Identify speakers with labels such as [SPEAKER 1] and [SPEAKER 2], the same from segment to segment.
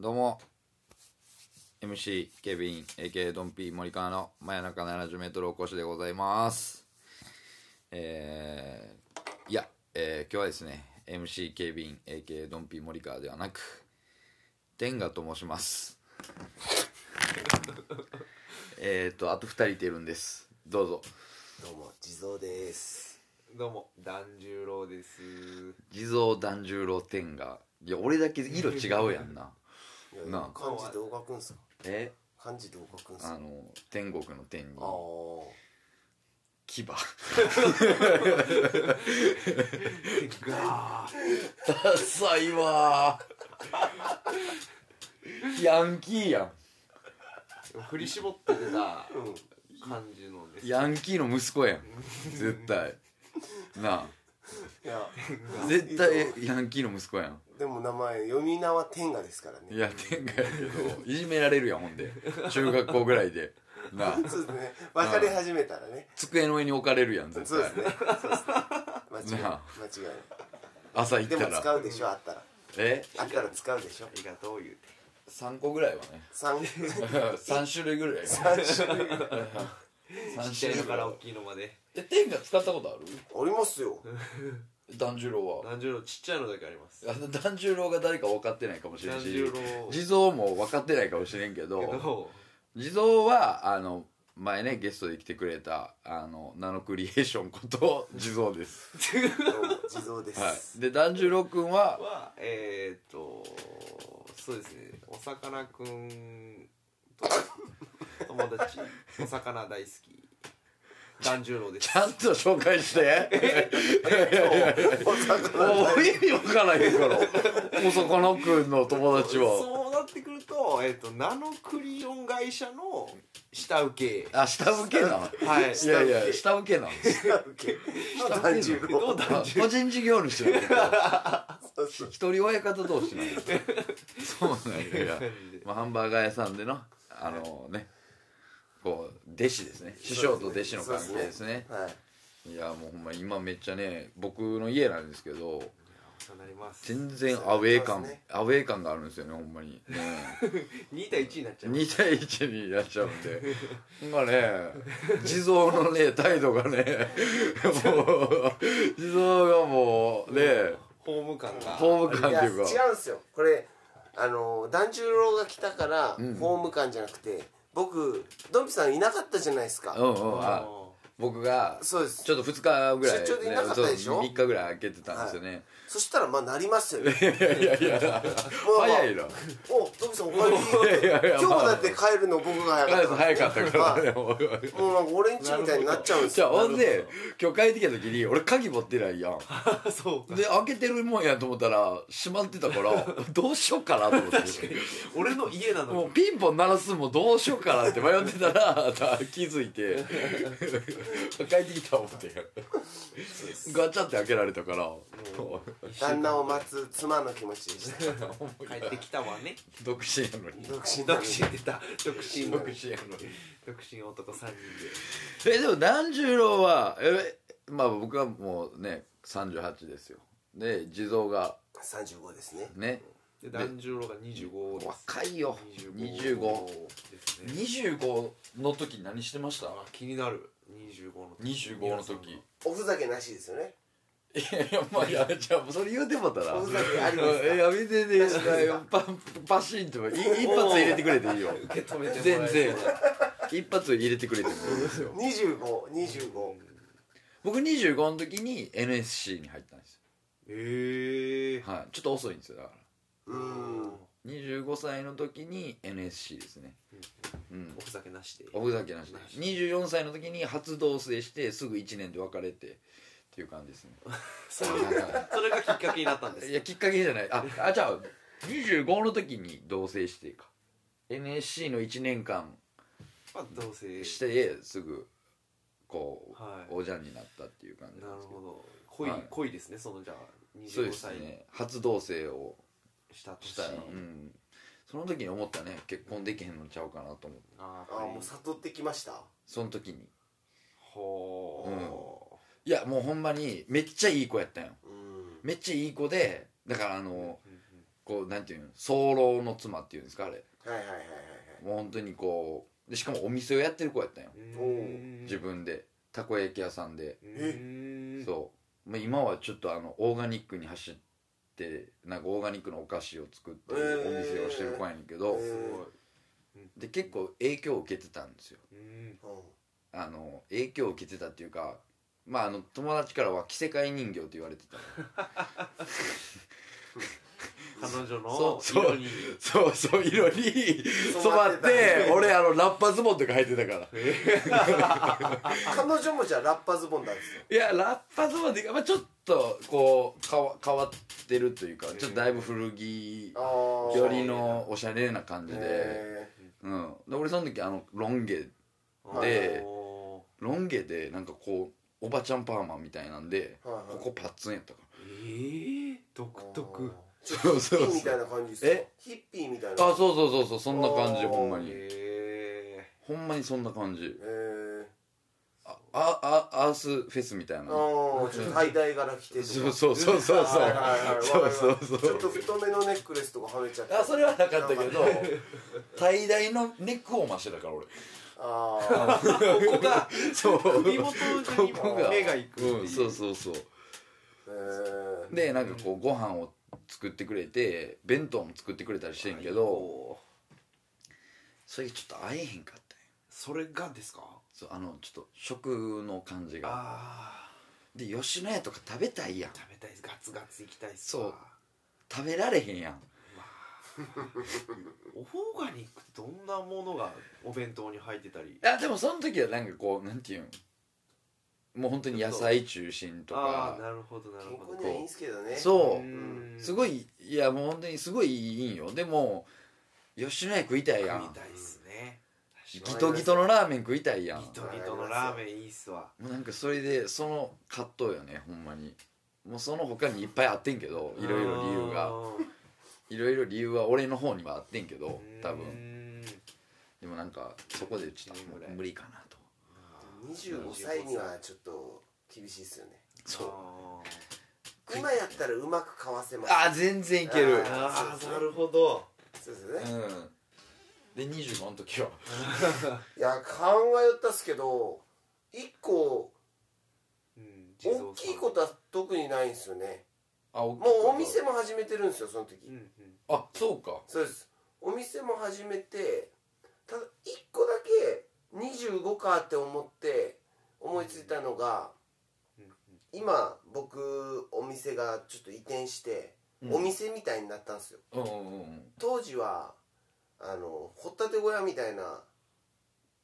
[SPEAKER 1] どうも MC ケビン AK ドンピー森川の真夜中70メートルお越しでございますえー、いや、えー今日はですね MC ケビン AK ドンピー森川ではなく天ガと申しますえっとあと2人いてるんですどうぞ
[SPEAKER 2] どうも地蔵です
[SPEAKER 3] どうも、團十郎です。
[SPEAKER 1] 地蔵團十郎天ガいや俺だけ色違うやんない
[SPEAKER 2] や
[SPEAKER 1] なあ
[SPEAKER 2] 漢字どう書くんすか
[SPEAKER 1] え
[SPEAKER 2] 漢字どう書くんす
[SPEAKER 1] あ
[SPEAKER 2] か
[SPEAKER 1] の天国の天に
[SPEAKER 2] あー
[SPEAKER 1] 牙
[SPEAKER 3] ガ
[SPEAKER 1] ダサいわーヤンキーや
[SPEAKER 3] ー振り絞って出た
[SPEAKER 2] うん
[SPEAKER 3] 感じので
[SPEAKER 1] ん
[SPEAKER 3] す。
[SPEAKER 1] ヤンキーの息子やん絶対なあ
[SPEAKER 2] いや
[SPEAKER 1] 絶対ヤンキーの息子やん
[SPEAKER 2] でも名前読み名は天下ですからね
[SPEAKER 1] いや天下やけどいじめられるやんほんで中学校ぐらいでなあ
[SPEAKER 2] そうですね分かり始めたらね
[SPEAKER 1] 机の上に置かれるやん絶
[SPEAKER 2] そう ですね
[SPEAKER 1] 対
[SPEAKER 2] そうですね間違いない
[SPEAKER 1] なあ
[SPEAKER 2] 間違い
[SPEAKER 1] 朝
[SPEAKER 2] ない
[SPEAKER 1] 行
[SPEAKER 2] で
[SPEAKER 1] った
[SPEAKER 2] も使
[SPEAKER 1] ら
[SPEAKER 2] うでしょあったら
[SPEAKER 1] え
[SPEAKER 2] あったら使うでしょ
[SPEAKER 3] ありがとう言うて。
[SPEAKER 1] 3個ぐらいはね
[SPEAKER 2] 三
[SPEAKER 1] 3種類ぐらい
[SPEAKER 2] 三種類
[SPEAKER 1] 三
[SPEAKER 3] ちっちゃいのから
[SPEAKER 1] ぐ
[SPEAKER 3] 大
[SPEAKER 1] らい
[SPEAKER 3] きいのまで。
[SPEAKER 1] え天下使ったことあ
[SPEAKER 2] ありますよ
[SPEAKER 1] る團十郎は
[SPEAKER 3] 團十郎、ちっちゃいのだけあります。
[SPEAKER 1] あの團十郎が誰か分かってないかもしれ
[SPEAKER 3] 團
[SPEAKER 1] んし
[SPEAKER 3] 十郎
[SPEAKER 1] 地蔵も分かってないかもしれんけ
[SPEAKER 3] け
[SPEAKER 1] ど
[SPEAKER 3] ど、
[SPEAKER 1] 地蔵はあの前ねゲストで来てくれたあのナノクリエーションこと地蔵です、
[SPEAKER 2] どうも地蔵で
[SPEAKER 1] は
[SPEAKER 2] す
[SPEAKER 1] い、で團十郎君は
[SPEAKER 3] は、えーっと、そうですね、お魚くんと 友達、お魚大好き、團十郎です。
[SPEAKER 1] ちゃんと紹介して
[SPEAKER 2] お魚
[SPEAKER 1] もう意味分からへんからお魚くんの友達は
[SPEAKER 3] そうなってくると、えーっと、ナノクリオン会社の下請
[SPEAKER 1] あ下請けな
[SPEAKER 3] はい
[SPEAKER 1] いやいや下請けな
[SPEAKER 2] 下請けの團十郎
[SPEAKER 1] あ個人事業主なんだけど
[SPEAKER 2] そうそう
[SPEAKER 1] 一人親方同士なんや そうなんやいや
[SPEAKER 3] 感じで
[SPEAKER 1] まあ、ハンバーガー屋さんでのあのねこう弟子ですね師匠と弟子の関係ですね
[SPEAKER 2] はい
[SPEAKER 1] いやもうほんま今めっちゃね僕の家なんですけど
[SPEAKER 3] そうなります。
[SPEAKER 1] 全然アウェー感、
[SPEAKER 2] そうですね
[SPEAKER 1] アウェー感があるんですよねほんまに、ね、
[SPEAKER 3] 2対1になっちゃいます。
[SPEAKER 1] 2対1になっちゃうん でほんまね地蔵のね態度がねもう地蔵がもうね
[SPEAKER 3] ホーム感が。
[SPEAKER 1] ホーム感
[SPEAKER 2] い
[SPEAKER 1] って
[SPEAKER 2] や違
[SPEAKER 1] いうか
[SPEAKER 2] うんですよこれあの團十郎が来たから、
[SPEAKER 1] ん
[SPEAKER 2] ホーム感じゃなくて僕ドンピさんいなかったじゃないですか、
[SPEAKER 1] うんうんあ僕が
[SPEAKER 2] そうです
[SPEAKER 1] ちょっと2日ぐらい、
[SPEAKER 2] 出張でいなかったでしょ
[SPEAKER 1] 3日ぐらい空けてたんですよね、
[SPEAKER 2] そしたらまあなりますよね
[SPEAKER 1] いやいや
[SPEAKER 2] まあまあ
[SPEAKER 1] 早いな
[SPEAKER 2] おドンピさんお帰り
[SPEAKER 1] いやいや
[SPEAKER 2] 今
[SPEAKER 1] まあ
[SPEAKER 2] 日だって帰るの僕が早かった
[SPEAKER 1] 早かったからね
[SPEAKER 2] は
[SPEAKER 1] もう
[SPEAKER 2] いもうなんか俺んちみたいになっちゃうんです
[SPEAKER 1] じゃあ
[SPEAKER 2] よ
[SPEAKER 1] ほんで今日帰ってきた時に俺鍵持ってないやん
[SPEAKER 3] あ そうか
[SPEAKER 1] で開けてるもんやと思ったら閉まってたからどうしようかなと思って
[SPEAKER 3] 俺の家なの
[SPEAKER 1] もう
[SPEAKER 3] に
[SPEAKER 1] ピンポン鳴らすんもどうしようかなって迷ってたら気づいて帰ってきた思ってガチャって開けられたから
[SPEAKER 2] 旦那を待つ妻の気持ちでした
[SPEAKER 3] 帰ってきたわね
[SPEAKER 1] 独身やのに
[SPEAKER 2] 独身なの
[SPEAKER 3] 独
[SPEAKER 2] に
[SPEAKER 3] 身出た独身
[SPEAKER 1] 独身やのに
[SPEAKER 3] 独身男三人
[SPEAKER 1] えでも團十郎はえまあ僕はもうね38ですよで地蔵が
[SPEAKER 2] 35ですね
[SPEAKER 1] ね
[SPEAKER 3] でで團十郎が25です
[SPEAKER 1] 若いよ2525
[SPEAKER 3] ですね
[SPEAKER 1] の時何してました
[SPEAKER 3] あ気になる25の
[SPEAKER 1] 25の時
[SPEAKER 2] おふざけなしですよね
[SPEAKER 1] いやいやまあいやじゃあそれ言うてもたら
[SPEAKER 2] おふざけありますか
[SPEAKER 1] いや見てねパパシンとい一発入れてくれていいよ
[SPEAKER 3] 受け止めても
[SPEAKER 1] 全
[SPEAKER 3] らえ
[SPEAKER 1] 然
[SPEAKER 3] る
[SPEAKER 1] 一発入れてくれてもいいですよ
[SPEAKER 2] 2525
[SPEAKER 1] 僕25の時に NSC に入ったんです
[SPEAKER 3] ええ
[SPEAKER 1] よはいちょっと遅いんですよだから
[SPEAKER 2] うーん
[SPEAKER 1] 25歳の時に NSC ですねうん
[SPEAKER 3] おふざけなしで
[SPEAKER 1] おふざけなしで24歳の時に初同棲してすぐ1年で別れて っていう感じですね
[SPEAKER 3] それがきっかけになったんで
[SPEAKER 1] い
[SPEAKER 3] す
[SPEAKER 1] やきっかけじゃないああじゃあ25の時に同棲してか NSC の1年間
[SPEAKER 3] まあどうせ
[SPEAKER 1] してすぐこう、
[SPEAKER 3] はい
[SPEAKER 1] おじゃんになったっていう感じ
[SPEAKER 3] な
[SPEAKER 1] なん
[SPEAKER 3] る
[SPEAKER 1] ですけ
[SPEAKER 3] ほ
[SPEAKER 1] ど
[SPEAKER 3] ど濃い、
[SPEAKER 1] はい
[SPEAKER 3] 濃いですねそのじゃあ
[SPEAKER 1] そう
[SPEAKER 3] 25
[SPEAKER 1] です
[SPEAKER 3] 歳に
[SPEAKER 1] ね初同棲を
[SPEAKER 3] した年
[SPEAKER 1] した、うん、その時に思ったね結婚できへんのちゃうかなと思って
[SPEAKER 3] あー
[SPEAKER 2] あ
[SPEAKER 3] やっぱ
[SPEAKER 2] あ
[SPEAKER 3] り
[SPEAKER 2] もう悟ってきました
[SPEAKER 1] その時に
[SPEAKER 3] ほ
[SPEAKER 1] いやもうほんまにめっちゃいい子やったんよ
[SPEAKER 2] うん
[SPEAKER 1] めっちゃいい子でだからあ
[SPEAKER 3] う
[SPEAKER 1] の
[SPEAKER 3] うんうん
[SPEAKER 1] こうなんていうの早漏の妻っていうんですかあれ
[SPEAKER 2] はいはいはいはい
[SPEAKER 1] もう本当にこうでしかもお店をやってる子やったんよ
[SPEAKER 3] うん
[SPEAKER 1] 自分でたこ焼き屋さんで、
[SPEAKER 3] え
[SPEAKER 1] そう、まあ、今はちょっとあのオーガニックに走ってなんかオーガニックのお菓子を作って
[SPEAKER 2] え
[SPEAKER 1] お
[SPEAKER 2] ー
[SPEAKER 1] 店をしてる子やねんけど、
[SPEAKER 2] え
[SPEAKER 3] す
[SPEAKER 2] ー
[SPEAKER 3] ごい
[SPEAKER 1] で結構影響を受けてたんですよ
[SPEAKER 3] うん
[SPEAKER 1] あの影響を受けてたっていうかまああの友達からは「着せ替え人形」って言われてた
[SPEAKER 3] 彼女
[SPEAKER 1] そ
[SPEAKER 3] の
[SPEAKER 1] うそう
[SPEAKER 3] 色に
[SPEAKER 1] そうそう色に染ま
[SPEAKER 2] 染ま
[SPEAKER 1] っ
[SPEAKER 2] っててた
[SPEAKER 1] 俺あのラッパズボンとか履いてたから
[SPEAKER 2] うん彼女もじゃあラッパズボンなんですよ
[SPEAKER 1] いやラッパズボンっていうか、まあ、ちょっとこうかわ変わってるというかちょっとだいぶ古着
[SPEAKER 2] ああ
[SPEAKER 1] よりのおしゃれな感じで、
[SPEAKER 2] え
[SPEAKER 1] うん、で俺その時あのロン毛 で
[SPEAKER 3] お
[SPEAKER 1] ロン毛でなんかこうおばちゃんパーマみたいなんで
[SPEAKER 2] ーはいはい
[SPEAKER 1] ここパッツンやったか
[SPEAKER 3] ーええ独特
[SPEAKER 2] ちょっ
[SPEAKER 1] そう
[SPEAKER 2] と
[SPEAKER 1] そ
[SPEAKER 2] ヒ
[SPEAKER 1] う
[SPEAKER 2] ッ
[SPEAKER 1] そう
[SPEAKER 2] ピーみたいな感じですか
[SPEAKER 1] え
[SPEAKER 2] ヒッピーみたいな
[SPEAKER 1] らあそうそうそうそうそんな感じ
[SPEAKER 2] あー
[SPEAKER 1] ほんまに
[SPEAKER 3] ええ
[SPEAKER 1] ほんまにそんな感じ
[SPEAKER 2] えー
[SPEAKER 1] あああアースフェスみたいな
[SPEAKER 2] ああちょっとハイダイから来てとか
[SPEAKER 1] そうそうそうそう そう
[SPEAKER 2] はいはいはい
[SPEAKER 1] そうそうそう
[SPEAKER 2] ちょっと太めのネックレスとかはめちゃって
[SPEAKER 1] あそれはなかったけ ど
[SPEAKER 2] あ
[SPEAKER 1] 大大のネックを増してたから俺
[SPEAKER 2] あ
[SPEAKER 3] ここが
[SPEAKER 1] そう
[SPEAKER 3] 首元に
[SPEAKER 1] ここ
[SPEAKER 3] も
[SPEAKER 1] が
[SPEAKER 3] 目がいくっていう
[SPEAKER 1] うんそうそうそう
[SPEAKER 2] えー
[SPEAKER 1] でなんかこうご飯を作ってくれて弁当も作ってくれたりしてんけど
[SPEAKER 3] おー
[SPEAKER 1] それちょっと会えへんかったんよ
[SPEAKER 3] それがですか
[SPEAKER 1] そうあのちょっと食の感じが
[SPEAKER 3] ああ
[SPEAKER 1] で吉野家とか食べたいやん
[SPEAKER 3] 食べたいですガツガツいきたいっす
[SPEAKER 1] そう
[SPEAKER 3] わ
[SPEAKER 1] 食べられへんやん
[SPEAKER 3] オーガニックってどんなものがお弁当に入ってたり
[SPEAKER 1] いやでもその時はなんかこうなんていうんもう本当に野菜中心と
[SPEAKER 3] ああ
[SPEAKER 1] か
[SPEAKER 3] なるほどなる
[SPEAKER 2] 健
[SPEAKER 3] ほ
[SPEAKER 2] 康
[SPEAKER 3] ど
[SPEAKER 2] にはいいんすけどね
[SPEAKER 1] そう
[SPEAKER 3] ーん
[SPEAKER 1] すごいいやもう本当にすごいいいんよでも吉野家食いたいや
[SPEAKER 3] 食い
[SPEAKER 1] ん
[SPEAKER 3] たいっすね
[SPEAKER 1] ギ
[SPEAKER 3] 確かに
[SPEAKER 1] トギトのラーメン食いたいやん
[SPEAKER 3] ギトギトのラーメンいいっすわ
[SPEAKER 1] もうなんかそれでその葛藤よねほんまにもうその他にいっぱいあってんけどいろいろ理由がいろいろ理由は俺の方にはあってんけど多分
[SPEAKER 3] 分
[SPEAKER 1] でもなんかそこでちょっと無理かなと
[SPEAKER 2] 25歳にはちょっと厳しいっすよね
[SPEAKER 1] そう
[SPEAKER 2] 今やったらうまくかわせます
[SPEAKER 1] あー全然いける
[SPEAKER 3] ああなるほど
[SPEAKER 2] そうですよね
[SPEAKER 1] うんで25の時はい
[SPEAKER 2] や考えよったっすけど一個
[SPEAKER 3] うん地蔵さん
[SPEAKER 2] 大きいことは特にないんですよね
[SPEAKER 1] あも
[SPEAKER 2] もうお店も始めてるんですよその時
[SPEAKER 3] うんうん
[SPEAKER 1] あそうか
[SPEAKER 2] そうですお店も始めてただ一個だけ25かって思って思いついたのが
[SPEAKER 3] うんうん
[SPEAKER 2] 今僕お店がちょっと移転して、
[SPEAKER 1] うん
[SPEAKER 2] お店みたいになったんですよ
[SPEAKER 1] うんうんうん
[SPEAKER 2] 当時はあのホタテ小屋みたいな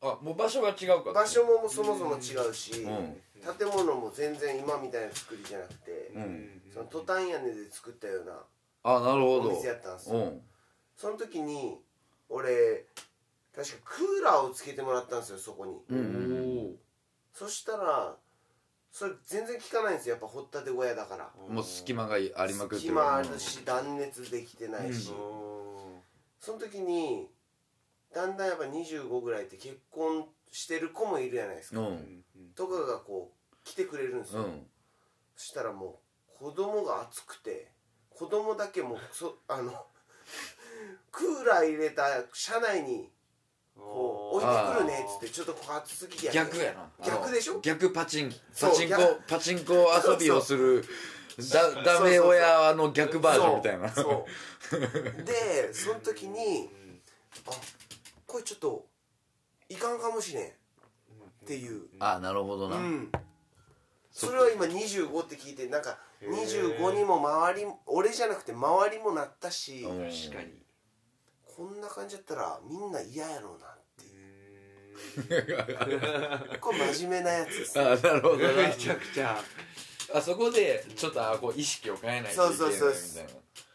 [SPEAKER 1] あもう場所が違うから
[SPEAKER 2] 場所もそもそも違うし、
[SPEAKER 1] うん
[SPEAKER 2] 建物も全然今みたいな作りじゃなくて、
[SPEAKER 1] うん
[SPEAKER 2] そのトタン屋根で作ったような
[SPEAKER 1] あなるほ
[SPEAKER 2] お
[SPEAKER 1] ど
[SPEAKER 2] 店やったんです
[SPEAKER 1] う
[SPEAKER 2] よ
[SPEAKER 1] ん
[SPEAKER 2] その時に俺確かクーラーをつけてもらったんですよそこに
[SPEAKER 1] うんうん
[SPEAKER 2] そしたらそれ全然効かないんですよやっぱ掘ったて小屋だから
[SPEAKER 1] うんもう隙間がありまくって
[SPEAKER 2] 隙間あるし断熱できてないし、
[SPEAKER 1] う
[SPEAKER 2] その時にだんだんやっぱ25ぐらいって結婚してる子もいるじゃないです
[SPEAKER 1] う
[SPEAKER 2] か、
[SPEAKER 1] ん
[SPEAKER 2] とかがこう来てくれるんです
[SPEAKER 1] う
[SPEAKER 2] よ、
[SPEAKER 1] ん
[SPEAKER 2] そしたらもう子供が熱くて子供だけもうそあの クーラー入れた車内にこう置いてくるねっつってちょっとここ暑すぎやね
[SPEAKER 1] 逆やな
[SPEAKER 2] 逆でし
[SPEAKER 1] あの
[SPEAKER 2] ょ
[SPEAKER 1] 逆パチン
[SPEAKER 2] そ
[SPEAKER 1] パ
[SPEAKER 2] う
[SPEAKER 1] チンコ
[SPEAKER 2] 逆
[SPEAKER 1] パチンコ遊びをするだダメ親の逆バージョンみたいな
[SPEAKER 2] そうそうでその時にあこれちょっといかんかもしれんっていう
[SPEAKER 1] あなるほど
[SPEAKER 2] う
[SPEAKER 1] なん
[SPEAKER 2] それは今25って聞いてなんか
[SPEAKER 3] へー
[SPEAKER 2] 25にも周りも俺じゃなくて周りもなったし
[SPEAKER 1] うん
[SPEAKER 3] 確かに
[SPEAKER 2] こんな感じだったらみんな嫌やろうなっていうこれ真面目なやつで す
[SPEAKER 1] あなるほどな
[SPEAKER 3] めちゃくちゃ
[SPEAKER 1] あそこでちょっとあこう意識を変えないといけないみたいな
[SPEAKER 2] そうそうそう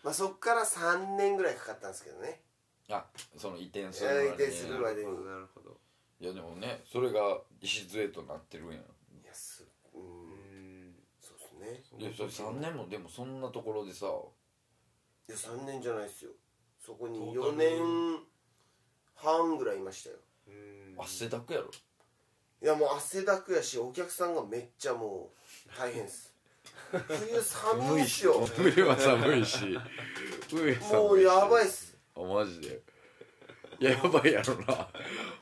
[SPEAKER 2] まあ、そっから3年ぐらいかかったんですけどね
[SPEAKER 1] あその移転するまでに
[SPEAKER 2] 移転するまでに
[SPEAKER 3] なるほど
[SPEAKER 1] いやでもねそれが礎となってるんや
[SPEAKER 2] いやすう
[SPEAKER 3] うんん
[SPEAKER 2] そうですね
[SPEAKER 1] でそれ3年もでもそんなところでさ
[SPEAKER 2] いや3年じゃないですよそこに
[SPEAKER 3] トータ
[SPEAKER 2] 4
[SPEAKER 3] ル
[SPEAKER 2] 年半ぐらいいましたよ
[SPEAKER 3] うん
[SPEAKER 1] 汗だくやろ
[SPEAKER 2] いやもう汗だくやしお客さんがめっちゃもう大変です冬寒いっすよも
[SPEAKER 1] 冬は寒 いし冬は寒いし
[SPEAKER 2] うやばいっす
[SPEAKER 1] あマジでいややばいやろな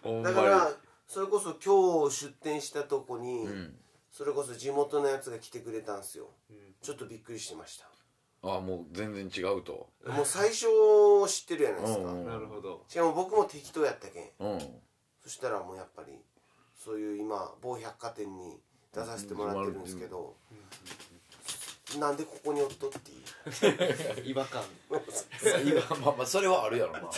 [SPEAKER 1] ほんま
[SPEAKER 2] だ
[SPEAKER 1] に
[SPEAKER 2] からそれこそ今日出店したとこに、
[SPEAKER 1] うん
[SPEAKER 2] それこそ地元のやつが来てくれたんですよ
[SPEAKER 3] うん
[SPEAKER 2] ちょっとびっくりしてました
[SPEAKER 1] あもう全然違うと
[SPEAKER 2] もう最初を知ってるじゃないですか、
[SPEAKER 1] うん
[SPEAKER 3] なるほど
[SPEAKER 2] しかも僕も適当やったけん
[SPEAKER 1] うん
[SPEAKER 2] そしたらもうやっぱりそういう今某百貨店に出させてもらってるんですけど、なんでここにおっとっていう
[SPEAKER 3] 違和感
[SPEAKER 1] いやまあまあそれはあるやろな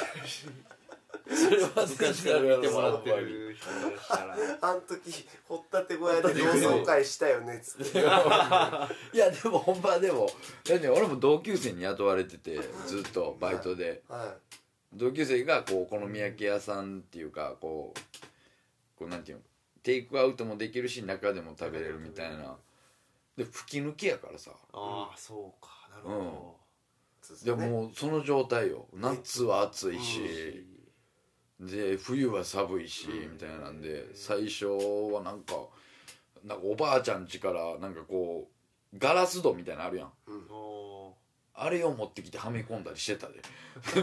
[SPEAKER 1] それは
[SPEAKER 3] 昔
[SPEAKER 1] 昔
[SPEAKER 3] か
[SPEAKER 1] からら
[SPEAKER 3] 見
[SPEAKER 1] 見
[SPEAKER 3] て
[SPEAKER 1] ても
[SPEAKER 3] もら
[SPEAKER 1] ら
[SPEAKER 3] っ
[SPEAKER 1] ってて
[SPEAKER 3] る人からしたら
[SPEAKER 2] あん時掘ったて小屋で同窓会したよねっつって
[SPEAKER 1] いやでもほんまでもだって俺も同級生に雇われててずっとバイトで
[SPEAKER 2] は
[SPEAKER 1] 同級生がこうお好み焼き屋さんっていうかこうこうなんていうのテイクアウトもできるし中でも食べれるみたいなで吹き抜けやからさ
[SPEAKER 3] ああそうかなるほ
[SPEAKER 2] い
[SPEAKER 1] でもうその状態よ夏は暑い
[SPEAKER 3] ど
[SPEAKER 1] しで冬は寒いしみたいなんで最初はなんかなんかおばあちゃん家からなんかこうガラス戸みたいなのあるやん
[SPEAKER 3] お
[SPEAKER 1] あれを持ってきてはめ込んだりしてたで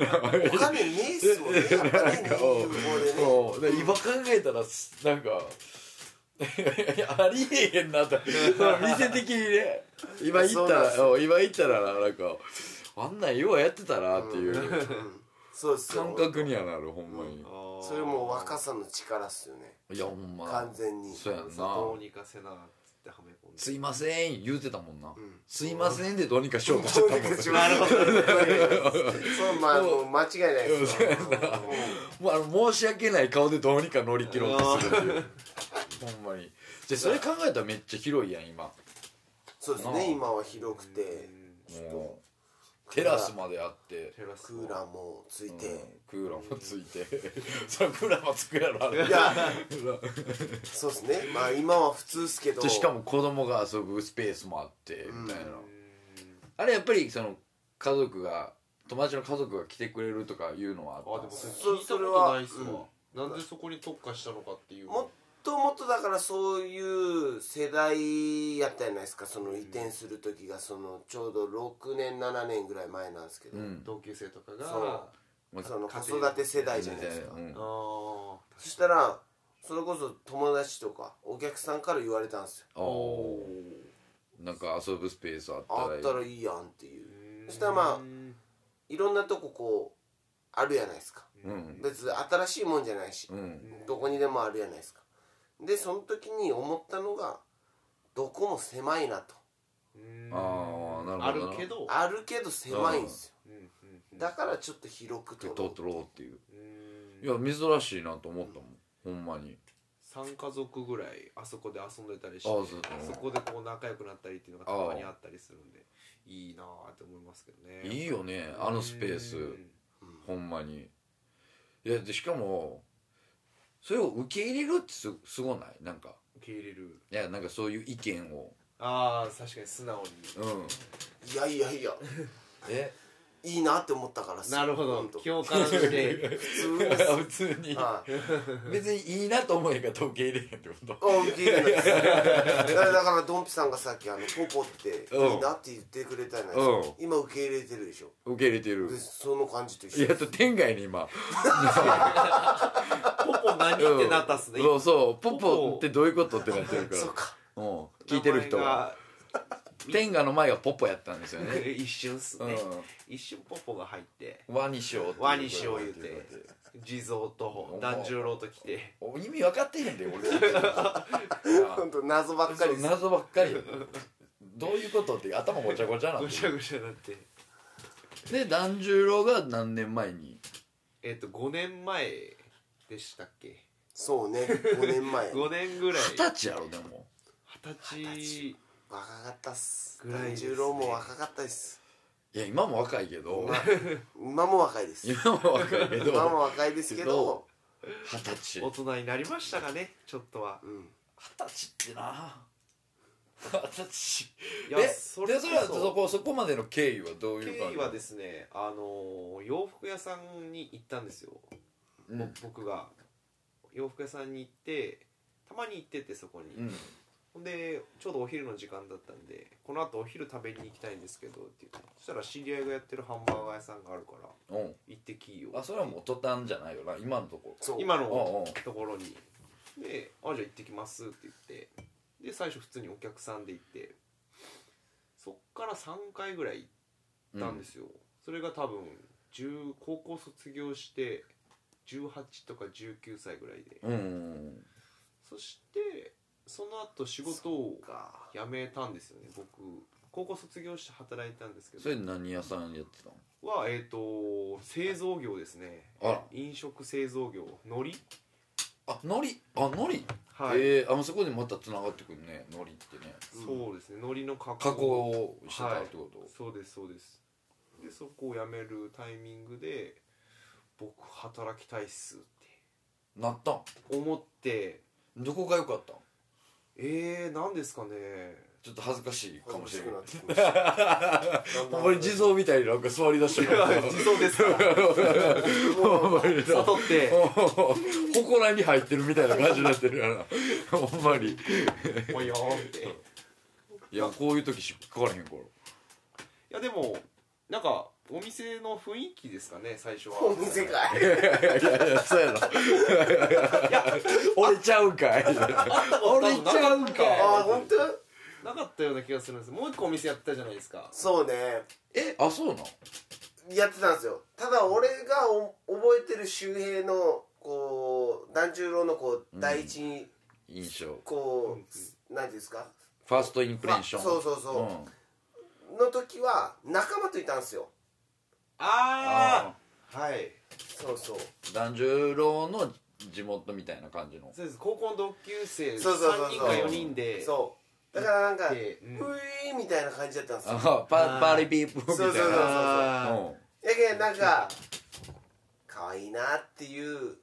[SPEAKER 2] お金ねえっすもんねやっぱね銀行でね
[SPEAKER 1] そうで今考えたらすなんか ありえへんなとその店的に ね今行った
[SPEAKER 2] そうなんです
[SPEAKER 1] らうん今行ったらななんかあんなんようやってたなっていう
[SPEAKER 2] うんそうっすよ
[SPEAKER 1] 感覚にはなるほんまに
[SPEAKER 3] ーあー
[SPEAKER 2] それも若さの力っすよね
[SPEAKER 1] いやほんま
[SPEAKER 2] 完全に
[SPEAKER 1] そうやん
[SPEAKER 3] どう
[SPEAKER 1] な
[SPEAKER 3] にかせなっつってはめ込
[SPEAKER 1] 「
[SPEAKER 3] んです
[SPEAKER 1] いません」言うてたもんな
[SPEAKER 2] うん
[SPEAKER 1] 「すいません」でどうにかしようとして
[SPEAKER 2] どう
[SPEAKER 1] た
[SPEAKER 2] に
[SPEAKER 1] もん
[SPEAKER 2] かしよう
[SPEAKER 3] なるほど
[SPEAKER 2] そうまあもう間違いないです
[SPEAKER 1] そうやな もうあの申し訳ない顔でどうにか乗り切ろうとするっていうほんまにでそれ考えたらめっちゃ広いやん今
[SPEAKER 2] そうですね今は広くて
[SPEAKER 1] もうテラスまであって
[SPEAKER 3] テラス
[SPEAKER 2] クーラーもついて、
[SPEAKER 1] クーラーもついて それクーラーもつくやろあれ
[SPEAKER 2] いやそうですねまあ今は普通っすけど
[SPEAKER 1] でしかも子供が遊ぶスペースもあってみたいな、
[SPEAKER 3] うん
[SPEAKER 1] あれやっぱりその家族が友達の家族が来てくれるとかいうのはあ
[SPEAKER 3] あ
[SPEAKER 1] った
[SPEAKER 3] でもそれ
[SPEAKER 2] そ
[SPEAKER 3] 聞いたことないっす
[SPEAKER 2] それ
[SPEAKER 3] わ
[SPEAKER 2] は
[SPEAKER 3] なんでそこに特化したのかっていう
[SPEAKER 2] もっともっとだからそういう世代やったじゃないですかその移転する時がそのちょうど6年7年ぐらい前なんですけど、
[SPEAKER 1] うん
[SPEAKER 3] 同級生とか
[SPEAKER 2] そう
[SPEAKER 3] が
[SPEAKER 1] まあ
[SPEAKER 2] その子育て世代じゃないですか、
[SPEAKER 1] うんあ
[SPEAKER 3] あ
[SPEAKER 2] そしたらそれこそ友達とかお客さんから言われたんですよ
[SPEAKER 3] あ
[SPEAKER 1] ーなんか遊ぶスペースあった
[SPEAKER 2] あ
[SPEAKER 1] らい
[SPEAKER 2] っ
[SPEAKER 1] い
[SPEAKER 2] たらいいやんっていうそしたらまあいろんなとここうあるやないですか
[SPEAKER 1] うん
[SPEAKER 2] 別に新しいもんじゃないし
[SPEAKER 1] うん
[SPEAKER 2] どこにでもあるやないですかでその時に思ったのがどこも狭いなと
[SPEAKER 1] あーなるほどな
[SPEAKER 3] あるけど
[SPEAKER 2] あるけど狭いんですよ
[SPEAKER 3] うんうんうん
[SPEAKER 2] だからちょっと広く
[SPEAKER 1] で
[SPEAKER 2] と
[SPEAKER 1] 撮
[SPEAKER 2] ろ
[SPEAKER 1] っとろうっていう
[SPEAKER 3] うん
[SPEAKER 1] いや珍しいなと思ったもんほんまに
[SPEAKER 3] 3家族ぐらいあそこで遊んでたりして
[SPEAKER 1] ああそうだ
[SPEAKER 3] あ
[SPEAKER 1] ね
[SPEAKER 3] そこでこう仲良くなったりっていうのがたまにあったりするんでいいなあって思いますけどね
[SPEAKER 1] いいよねあのスペース
[SPEAKER 3] うん
[SPEAKER 1] ほんまにいやでしかもそれを受け入れるってすすごないなんか
[SPEAKER 3] 受け入れる
[SPEAKER 1] いやなんかそういう意見を
[SPEAKER 3] ああ確かに素直に
[SPEAKER 1] うん
[SPEAKER 2] いやいやいや
[SPEAKER 1] え
[SPEAKER 2] いいなって思ったから
[SPEAKER 3] なるほ
[SPEAKER 2] ほ
[SPEAKER 3] ど
[SPEAKER 2] んと普
[SPEAKER 3] 共感して
[SPEAKER 2] 通です
[SPEAKER 1] 普通に
[SPEAKER 2] はい
[SPEAKER 1] 別にいいなと思えんかったら受け入れへんってこと
[SPEAKER 2] あ受け 入れないですだからだからドンピさんがさっきあのポポって
[SPEAKER 1] うん
[SPEAKER 2] いいなって言ってくれたじゃないですか今受け入れてるでしょ
[SPEAKER 1] 受け入れてる
[SPEAKER 2] でその感じと
[SPEAKER 1] い
[SPEAKER 2] 一
[SPEAKER 1] や
[SPEAKER 2] 緒です
[SPEAKER 1] 天外に今
[SPEAKER 3] ポポ何ってなったっすね
[SPEAKER 1] そうそうポ
[SPEAKER 3] ポポ
[SPEAKER 1] ポってどういうことってなってるか
[SPEAKER 2] そうから
[SPEAKER 1] うん聞いてる人は天下の前がポポやったんですよ
[SPEAKER 3] 名
[SPEAKER 1] ね
[SPEAKER 3] 前が一瞬っす
[SPEAKER 1] う
[SPEAKER 3] ね
[SPEAKER 1] ん
[SPEAKER 3] 一瞬ポポが入って
[SPEAKER 1] 和にしようっていう
[SPEAKER 3] 和にしよう言うて地蔵と團十郎と来て
[SPEAKER 1] お意味分かってへんで俺
[SPEAKER 2] 本当謎ばっかりです
[SPEAKER 1] 謎ばっかりどういうことって頭ごちゃごちゃな
[SPEAKER 3] ご
[SPEAKER 1] ん
[SPEAKER 3] ちゃごちゃになって
[SPEAKER 1] で團十郎が何年前に
[SPEAKER 3] えっと5年前でしたっけ
[SPEAKER 2] そうね5年 前
[SPEAKER 3] 5年ぐらい
[SPEAKER 1] 二十歳やろでも
[SPEAKER 3] 二十歳
[SPEAKER 2] 若かったっす
[SPEAKER 3] ぐらい
[SPEAKER 2] 團
[SPEAKER 3] ですね
[SPEAKER 2] 十郎も若かったです
[SPEAKER 1] いや今も若いけど
[SPEAKER 2] 今も若いです
[SPEAKER 1] 今も若いけ
[SPEAKER 2] 今も
[SPEAKER 1] ど
[SPEAKER 2] 若いですけど、
[SPEAKER 1] 二十歳
[SPEAKER 3] 大人になりましたかねちょっとは
[SPEAKER 2] うん、
[SPEAKER 1] 二十歳ってな二十歳
[SPEAKER 3] い
[SPEAKER 1] えそれ
[SPEAKER 3] こ
[SPEAKER 1] でそれはそこそこまでの経緯はどういう感
[SPEAKER 3] 経
[SPEAKER 1] じ
[SPEAKER 3] 緯はですねあのー洋服屋さんに行ったんですよ、
[SPEAKER 1] うん
[SPEAKER 3] ぼ僕が洋服屋さんに行ってたまに行っててそこに、
[SPEAKER 1] うん
[SPEAKER 3] ほんでちょうどお昼の時間だったんでこの後お昼食べに行きたいんですけどって言ってそしたら知り合いがやってるハンバーガー屋さんがあるから
[SPEAKER 1] うん
[SPEAKER 3] 行ってきいよ
[SPEAKER 1] あそれはもう途端じゃないよな今のとこ
[SPEAKER 2] そう
[SPEAKER 3] 今
[SPEAKER 1] おうお
[SPEAKER 3] の
[SPEAKER 1] う
[SPEAKER 3] ところにで「あじゃあ行ってきます」って言ってで最初普通にお客さんで行ってそっから3回ぐらい行ったんですよ、それが多分10高校卒業して18とか19歳ぐらいで
[SPEAKER 1] うんうん
[SPEAKER 3] そしてその後仕事を
[SPEAKER 2] か
[SPEAKER 3] 辞めたんですよね僕高校卒業して働いたんですけ
[SPEAKER 1] そ
[SPEAKER 3] ど
[SPEAKER 1] れ何屋さんやってたの
[SPEAKER 3] はえっ、と製造業ですね
[SPEAKER 1] あら
[SPEAKER 3] 飲食製造業のり
[SPEAKER 1] あのりあのり
[SPEAKER 3] はい、
[SPEAKER 1] えー、あそこでまたつながってくるねのりってね
[SPEAKER 3] そうですね海苔の加工
[SPEAKER 1] 加工をしてたってこと、
[SPEAKER 3] そうですそうですでそこを辞めるタイミングで僕働きたいっすっ
[SPEAKER 1] なったん
[SPEAKER 3] て思って
[SPEAKER 1] どこが良かったん
[SPEAKER 3] えー、何ですかね
[SPEAKER 1] ちょっと恥ずかしいかもしれ ない
[SPEAKER 2] 恥ずかしくなってきましただんだ
[SPEAKER 1] ほ
[SPEAKER 2] ん
[SPEAKER 1] んまに 地蔵みたいになんか座りだしてるから
[SPEAKER 3] 自動ですか
[SPEAKER 1] ほんまにな
[SPEAKER 3] 悟って
[SPEAKER 1] 祠に入ってるみたいな感じになってるやなほんまに
[SPEAKER 3] 「もうよ」ってい
[SPEAKER 1] いやこういう時しっかわれへんから
[SPEAKER 3] やでもなんかお店の雰囲気ですかね最初は
[SPEAKER 2] お店かい
[SPEAKER 1] いやいやいやそうやろ俺ちゃうんかい俺ちゃうん
[SPEAKER 2] あ
[SPEAKER 1] かい
[SPEAKER 2] 本当
[SPEAKER 3] なかったような気がするんですもう一個お店やってたじゃないですか
[SPEAKER 2] そうね
[SPEAKER 1] えあそうなん
[SPEAKER 2] やってたんですよただ俺がお覚えてる周平のこう團十郎のこう第一に
[SPEAKER 1] 印象
[SPEAKER 2] こう、なん、ていうんですか
[SPEAKER 1] ファーストインプレッション
[SPEAKER 2] まあそうそうそうの時は仲間といたんですよ
[SPEAKER 3] ああはい
[SPEAKER 2] そうそう
[SPEAKER 1] 團十郎の地元みたいな感じの
[SPEAKER 3] そうです高校の同級生
[SPEAKER 2] そうそうそうそう
[SPEAKER 3] 3人か4人で
[SPEAKER 2] そうだからなんか「う
[SPEAKER 3] でう
[SPEAKER 2] い」
[SPEAKER 3] ん
[SPEAKER 2] みたいな感じだったんですよ
[SPEAKER 1] あパパリピープみたいな
[SPEAKER 2] そうそうそうそう
[SPEAKER 3] あー
[SPEAKER 2] やけんなんか可愛いなっていう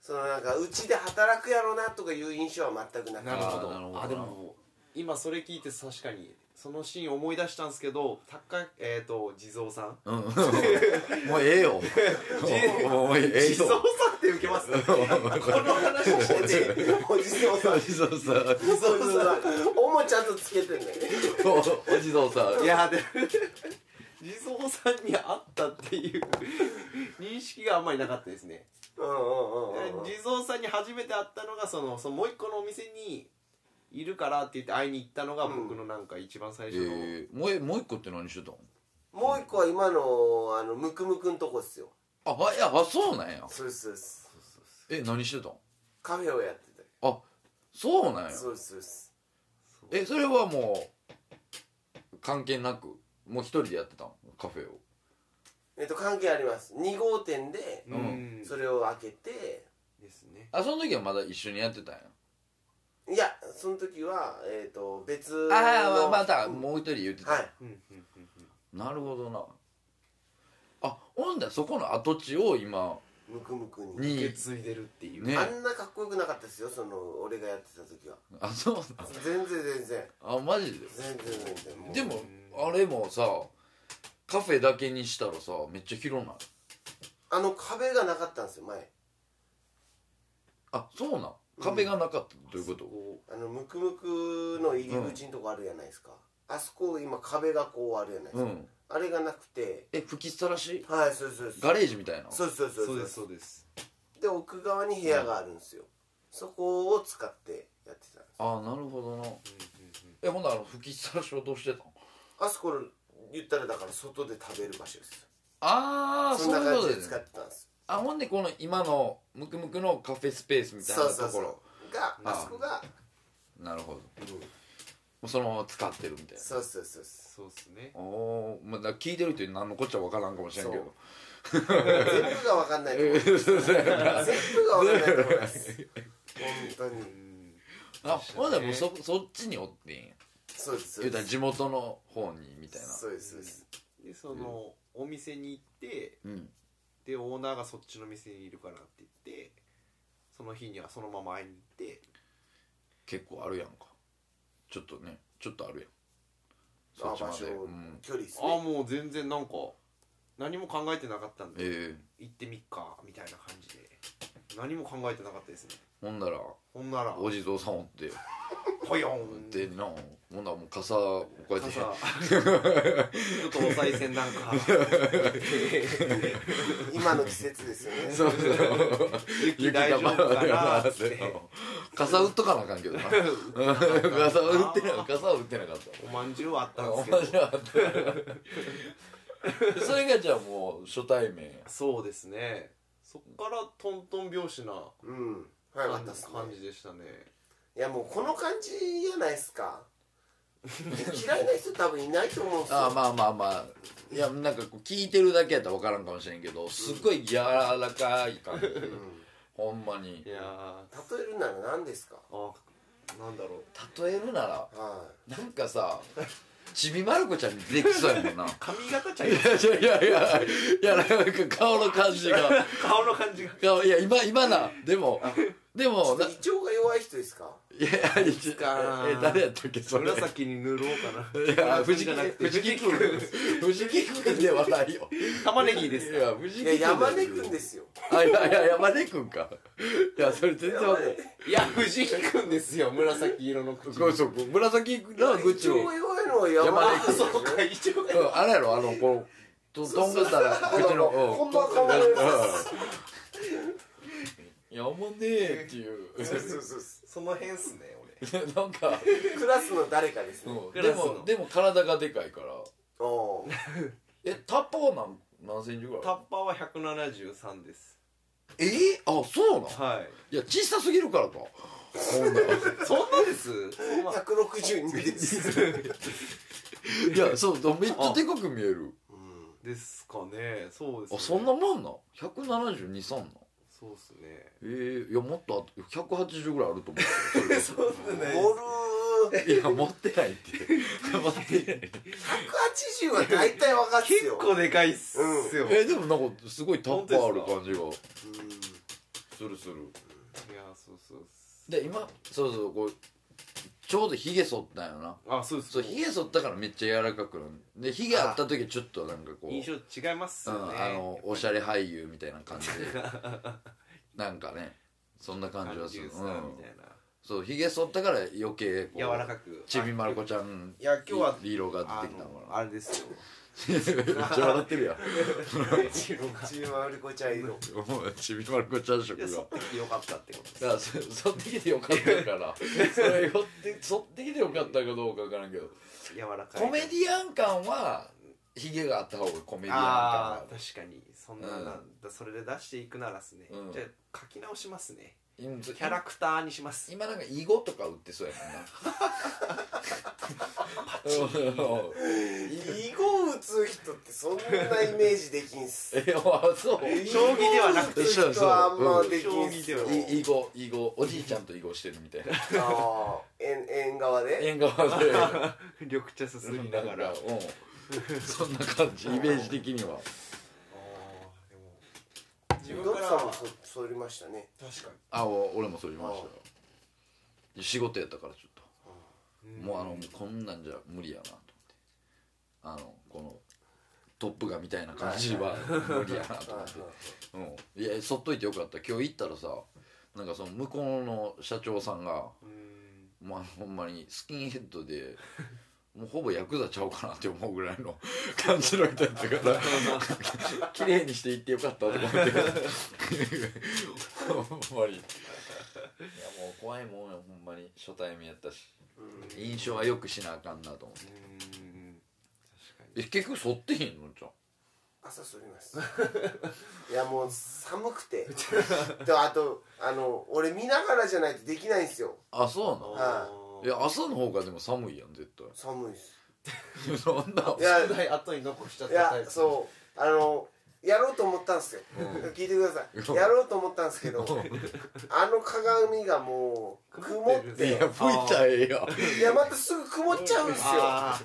[SPEAKER 2] そのなんかうちで働くやろなとかいう印象は全くな
[SPEAKER 3] な
[SPEAKER 2] か
[SPEAKER 3] る
[SPEAKER 2] っ
[SPEAKER 3] ほ
[SPEAKER 1] あーなるほ
[SPEAKER 3] ど
[SPEAKER 1] ど
[SPEAKER 3] あでも今それ聞いて確かにそのシーン思い出したんですけどたっかえっ、と地蔵さん
[SPEAKER 1] うんうんもうええよもうええ
[SPEAKER 3] 地蔵さ
[SPEAKER 1] よ
[SPEAKER 3] んって受けますねこの話して
[SPEAKER 2] た
[SPEAKER 3] て
[SPEAKER 2] でおじそうさん
[SPEAKER 1] お地蔵さん
[SPEAKER 2] そうそうそうおもちゃんとつけてんだよね
[SPEAKER 1] お地蔵さん
[SPEAKER 3] いやで地蔵さんに会ったっていう認識があんまりなかったですね
[SPEAKER 2] うんうんうんうんうん
[SPEAKER 3] 地蔵さんに初めて会ったのがそのそのもう一個のお店にいるからって言って会いに行ったのが僕のなんか一番最
[SPEAKER 1] え
[SPEAKER 3] 初の、
[SPEAKER 1] ーもうえもう一個って何してたの
[SPEAKER 2] もう一個は今のあのムクムクんとこっすよ
[SPEAKER 1] あいやあそうなんや
[SPEAKER 2] そうですそうです
[SPEAKER 1] え何してたの
[SPEAKER 2] カフェをやって
[SPEAKER 1] あそうなんや
[SPEAKER 2] たそうですそうです
[SPEAKER 1] えそれはもう関係なくもう一人でやってたのカフェを
[SPEAKER 2] えっと関係あります2号店で
[SPEAKER 3] う
[SPEAKER 1] うん
[SPEAKER 3] ん
[SPEAKER 2] それを開けて
[SPEAKER 3] ですね
[SPEAKER 1] あその時はまだ一緒にやってたんや
[SPEAKER 2] いやその時はえっと別の
[SPEAKER 1] ああままたもう一人言ってた、
[SPEAKER 2] はい
[SPEAKER 3] うんうんうんうん
[SPEAKER 1] なるほどなあほんでそこの跡地を今
[SPEAKER 2] ムクムクに
[SPEAKER 1] に
[SPEAKER 3] 受け継いでるっていう
[SPEAKER 1] ね
[SPEAKER 2] あんなかっこよくなかったですよその俺がやってた時は
[SPEAKER 1] あそうなん
[SPEAKER 2] 全然全然
[SPEAKER 1] あマジで
[SPEAKER 2] 全然全然もう
[SPEAKER 1] でもあれもさカフェだけにしたらさめっちゃ広ない
[SPEAKER 2] あの壁がなかったんですよ前
[SPEAKER 1] あそうなん壁がなかったどういうこと、
[SPEAKER 3] こ
[SPEAKER 2] あのムクムクの入り口のとこあるじゃないですか、あそこ今壁がこうあるじゃないです
[SPEAKER 1] う
[SPEAKER 2] か、
[SPEAKER 1] ん
[SPEAKER 2] あれがなくて
[SPEAKER 1] え吹きさらし
[SPEAKER 2] はいそうですそうです
[SPEAKER 1] ガレージみたいな
[SPEAKER 2] そうですそうです
[SPEAKER 3] う
[SPEAKER 2] そ
[SPEAKER 3] そうう
[SPEAKER 2] で
[SPEAKER 3] ですすそうです
[SPEAKER 2] で奥側に部屋があるんですよ、そこを使ってやってたんです
[SPEAKER 1] あなるほどなえほんなら吹きさらしをどうしてたの
[SPEAKER 2] あそこの言ったらだから外で食べる場所ですよ
[SPEAKER 1] ああ
[SPEAKER 2] そん
[SPEAKER 1] そう
[SPEAKER 2] な
[SPEAKER 1] いうこ
[SPEAKER 2] 感
[SPEAKER 1] と
[SPEAKER 2] じ
[SPEAKER 1] で
[SPEAKER 2] です使っ
[SPEAKER 1] ね
[SPEAKER 2] てたんです
[SPEAKER 1] あほんでこの今のムクムクのカフェスペースみたいな
[SPEAKER 2] そう
[SPEAKER 1] と
[SPEAKER 2] そう
[SPEAKER 1] ころ
[SPEAKER 2] そうがあそこが、
[SPEAKER 1] なるほども
[SPEAKER 2] うん、
[SPEAKER 1] うそのまま使ってるみたいな
[SPEAKER 2] そうそうそうそ
[SPEAKER 3] そうですね
[SPEAKER 1] おおー、まあ、だから聞いてる人に何のこっちゃ分からんかもしれんけど
[SPEAKER 2] う全部が分かんないと思う全部が分かんないと思います本当に
[SPEAKER 3] うん
[SPEAKER 1] あほんならもう
[SPEAKER 3] そ
[SPEAKER 1] そそっちにおってんや
[SPEAKER 2] そうですそう
[SPEAKER 1] 言うた
[SPEAKER 2] で
[SPEAKER 1] ら
[SPEAKER 2] す
[SPEAKER 1] 地元の方にみたいな
[SPEAKER 2] そうですそうです
[SPEAKER 3] でその、お店に行って
[SPEAKER 1] うん
[SPEAKER 3] でオーナーがそっちの店にいるからって言ってその日にはそのまま会いに行って
[SPEAKER 1] 結構あるやんかちょっとねちょっとあるやんそ
[SPEAKER 2] あ
[SPEAKER 1] っちまで
[SPEAKER 2] 場所、
[SPEAKER 1] うん
[SPEAKER 2] 距離です
[SPEAKER 3] ああ
[SPEAKER 2] ね
[SPEAKER 3] もう全然なんか何も考えてなかったんで
[SPEAKER 1] ええ
[SPEAKER 3] 行ってみっかみたいな感じで何も考えてなかったですね
[SPEAKER 1] ほんなら
[SPEAKER 3] ほんなら
[SPEAKER 1] お地蔵さんおって
[SPEAKER 3] ぽよ
[SPEAKER 1] おっ
[SPEAKER 3] ん
[SPEAKER 1] てなほんならもう傘をこうやっ
[SPEAKER 3] 傘
[SPEAKER 1] て
[SPEAKER 3] ちょっとお賽銭なんか
[SPEAKER 2] 今の季節ですよ ね
[SPEAKER 1] そうそう
[SPEAKER 3] 雪大丈夫かなっ
[SPEAKER 1] 雪
[SPEAKER 3] て
[SPEAKER 1] 玉だよ 傘売っとかなあかんけどな 傘は売ってな傘は売ってなかった
[SPEAKER 3] おまんじゅうはあったんですけど
[SPEAKER 1] 面白かったそれがじゃあもう初対面
[SPEAKER 3] そうですねそっからトントン拍子な
[SPEAKER 2] うん早かっ
[SPEAKER 3] 感
[SPEAKER 2] たですね
[SPEAKER 3] じでしたね
[SPEAKER 2] いやもうこの感じじゃないですか嫌いな人多分いないと思うんですよ
[SPEAKER 1] ああまあまあまあいやなんかこう聞いてるだけやったら分からんかもしれんけどすっごい柔らかい感じ、
[SPEAKER 2] うん
[SPEAKER 1] ほんまに
[SPEAKER 3] いやー
[SPEAKER 2] 例えるなら何ですか
[SPEAKER 3] あなんだろう
[SPEAKER 1] 例えるなら
[SPEAKER 2] は
[SPEAKER 1] なんかさちびまる子ちゃんに出てきそうやもんな
[SPEAKER 3] 髪型ちゃい
[SPEAKER 1] い
[SPEAKER 3] ます
[SPEAKER 1] やいやいやいやなんか顔の感じが
[SPEAKER 3] 顔の感じが
[SPEAKER 1] 顔いや今今なでもで
[SPEAKER 2] いちょ
[SPEAKER 1] も
[SPEAKER 2] っ
[SPEAKER 1] な
[SPEAKER 2] と胃腸が弱い人ですか
[SPEAKER 1] いやいや
[SPEAKER 3] か
[SPEAKER 1] え誰やったっけそれ
[SPEAKER 3] 紫に塗ろうか
[SPEAKER 1] いや藤木藤木君藤木君ではないよ
[SPEAKER 3] な玉ねぎです
[SPEAKER 1] いや藤木
[SPEAKER 2] い
[SPEAKER 1] 君
[SPEAKER 2] や山根くんですよ
[SPEAKER 1] あいやいや山根君かいやそれ全然わかんない
[SPEAKER 3] いや藤井君ですよ紫色の口
[SPEAKER 1] これそう紫のグッチ
[SPEAKER 2] 胃
[SPEAKER 1] を
[SPEAKER 2] 腸が弱いのは山
[SPEAKER 1] 山根
[SPEAKER 2] 根く
[SPEAKER 3] あ
[SPEAKER 2] んです
[SPEAKER 3] そ
[SPEAKER 2] よ
[SPEAKER 3] うか一応
[SPEAKER 1] うんあれやろあのこうととんがったら口の
[SPEAKER 2] こ
[SPEAKER 1] うん
[SPEAKER 2] ばんはこんばんはい
[SPEAKER 1] やおもねえっていう
[SPEAKER 2] そうそうそうそ
[SPEAKER 3] その辺っすね
[SPEAKER 1] なんか
[SPEAKER 2] うクラスの誰かですね
[SPEAKER 1] うん
[SPEAKER 3] ク
[SPEAKER 1] で
[SPEAKER 3] ラスの
[SPEAKER 1] もでも体がでかいから
[SPEAKER 2] おー
[SPEAKER 1] えタッパーは何何センチぐらい
[SPEAKER 3] 俺タッパーは173です
[SPEAKER 1] えーあそうなん
[SPEAKER 3] はい
[SPEAKER 1] いや小さすぎるからかほんなら
[SPEAKER 3] そんなですまあ
[SPEAKER 2] 162です、
[SPEAKER 1] いやそうめっちゃでかく見える
[SPEAKER 2] うん、
[SPEAKER 3] ですかねそうです
[SPEAKER 1] あ
[SPEAKER 3] ね
[SPEAKER 1] そんなもんな1723な
[SPEAKER 3] そうっすね
[SPEAKER 1] えー、いやもっとあと180ぐらいあると思う よ
[SPEAKER 3] そう っす
[SPEAKER 2] ボール
[SPEAKER 1] いや持ってないって持ってない
[SPEAKER 2] 180は大体分かっす
[SPEAKER 3] 結
[SPEAKER 2] よ
[SPEAKER 3] 構でかいっすよ、いや
[SPEAKER 1] えでもなんかすごいタッパーある感じがするする
[SPEAKER 3] そうそうっす
[SPEAKER 1] で今そうそうこうちょうどひげ剃ったんよな
[SPEAKER 3] あそうです
[SPEAKER 1] そうひげ剃ったからめっちゃ柔らかくなるでひげあった時ちょっとなんかこう
[SPEAKER 3] 印象違います
[SPEAKER 1] う
[SPEAKER 3] よね、
[SPEAKER 1] ん、あのおしゃれ俳優みたいな 感じでなんかねそんな感じはする、う
[SPEAKER 3] 韓
[SPEAKER 1] ん
[SPEAKER 3] 流さんみたいな、
[SPEAKER 1] そうひげ剃ったから余計こう
[SPEAKER 3] 柔らかく
[SPEAKER 1] ちびまる子ちゃん
[SPEAKER 3] いや今日は
[SPEAKER 1] リロが
[SPEAKER 3] あ
[SPEAKER 1] 出てきたの
[SPEAKER 3] の
[SPEAKER 1] か
[SPEAKER 3] あれですよ
[SPEAKER 1] な めっちゃ笑ってるやん
[SPEAKER 2] ちびまる子ちゃん色
[SPEAKER 1] お前ちびまる子ちゃん色
[SPEAKER 3] いや
[SPEAKER 1] が
[SPEAKER 3] そってきてよかったってことです
[SPEAKER 1] だからそそってきてよかったからそれよってそってきてよかったかどうかわからんけど
[SPEAKER 3] 柔らかい
[SPEAKER 1] コメディアン感はひげがあった方がコメディアン感は
[SPEAKER 3] あ
[SPEAKER 1] あ
[SPEAKER 3] あ
[SPEAKER 1] る
[SPEAKER 3] 確かにそんななんだ、それで出していくならっすね、
[SPEAKER 1] うん
[SPEAKER 3] じゃあ書き直しますね
[SPEAKER 1] 今
[SPEAKER 3] キャラクターにします
[SPEAKER 1] 今なんか囲碁とか売ってそうやもんなうん
[SPEAKER 2] 囲碁打つ人ってそんなイメージできんっす
[SPEAKER 1] えあそう
[SPEAKER 3] 将棋ではなくて
[SPEAKER 2] 囲碁打つ人はあんまできんっ
[SPEAKER 3] うん
[SPEAKER 2] す
[SPEAKER 3] 将
[SPEAKER 2] よ
[SPEAKER 3] 棋で
[SPEAKER 1] い囲碁囲碁おじいちゃんと囲碁してるみたいな
[SPEAKER 2] あー縁縁側で
[SPEAKER 1] 縁側で
[SPEAKER 3] 緑茶すすりながらあ
[SPEAKER 1] うんそんな感じイメージ的には
[SPEAKER 3] ーでも自
[SPEAKER 2] ドク
[SPEAKER 3] 分から
[SPEAKER 2] さん
[SPEAKER 3] は
[SPEAKER 2] もそそりましたね
[SPEAKER 3] 確か
[SPEAKER 1] あお俺もそりましたよ仕事やったからちょっ
[SPEAKER 3] に
[SPEAKER 1] ともうあの
[SPEAKER 3] ん
[SPEAKER 1] こんなんじゃ無理やなと思ってあのこのトップガンみたいな感じは無理やなと思ってうん、いやそっといてよかった今日行ったらさなんかその向こうの社長さんが
[SPEAKER 3] うん
[SPEAKER 1] まあほんまにスキンヘッドでもうほぼヤクザちゃうかなって思うぐらいの感じの人やったから 綺麗にしていってよかったとか思って ほんまにいやもう怖いもんよほんまに初対面やったし
[SPEAKER 2] うん
[SPEAKER 1] 印象はよくしなあかんなと思って
[SPEAKER 3] うん確かに
[SPEAKER 1] え結局剃ってへんのじゃん
[SPEAKER 2] 朝剃ります いやもう寒くてとあとあの俺見ながらじゃないとできないんですよ
[SPEAKER 1] あそうなの
[SPEAKER 3] あ
[SPEAKER 1] い
[SPEAKER 3] ー
[SPEAKER 1] や朝の方がでも寒いやん絶対
[SPEAKER 2] 寒いです
[SPEAKER 1] そんない
[SPEAKER 2] や
[SPEAKER 3] 宿題後に残しちゃっ
[SPEAKER 2] い
[SPEAKER 3] た
[SPEAKER 2] や
[SPEAKER 3] タイプ
[SPEAKER 2] そうあのやろうと思ったんですよ、聞いてくださいやろうと思ったんですけどあの鏡がもう曇っ
[SPEAKER 3] 曇って
[SPEAKER 1] い
[SPEAKER 2] て
[SPEAKER 1] や吹いちゃええやん
[SPEAKER 2] いやまたすぐ曇っちゃうんですよ
[SPEAKER 3] あ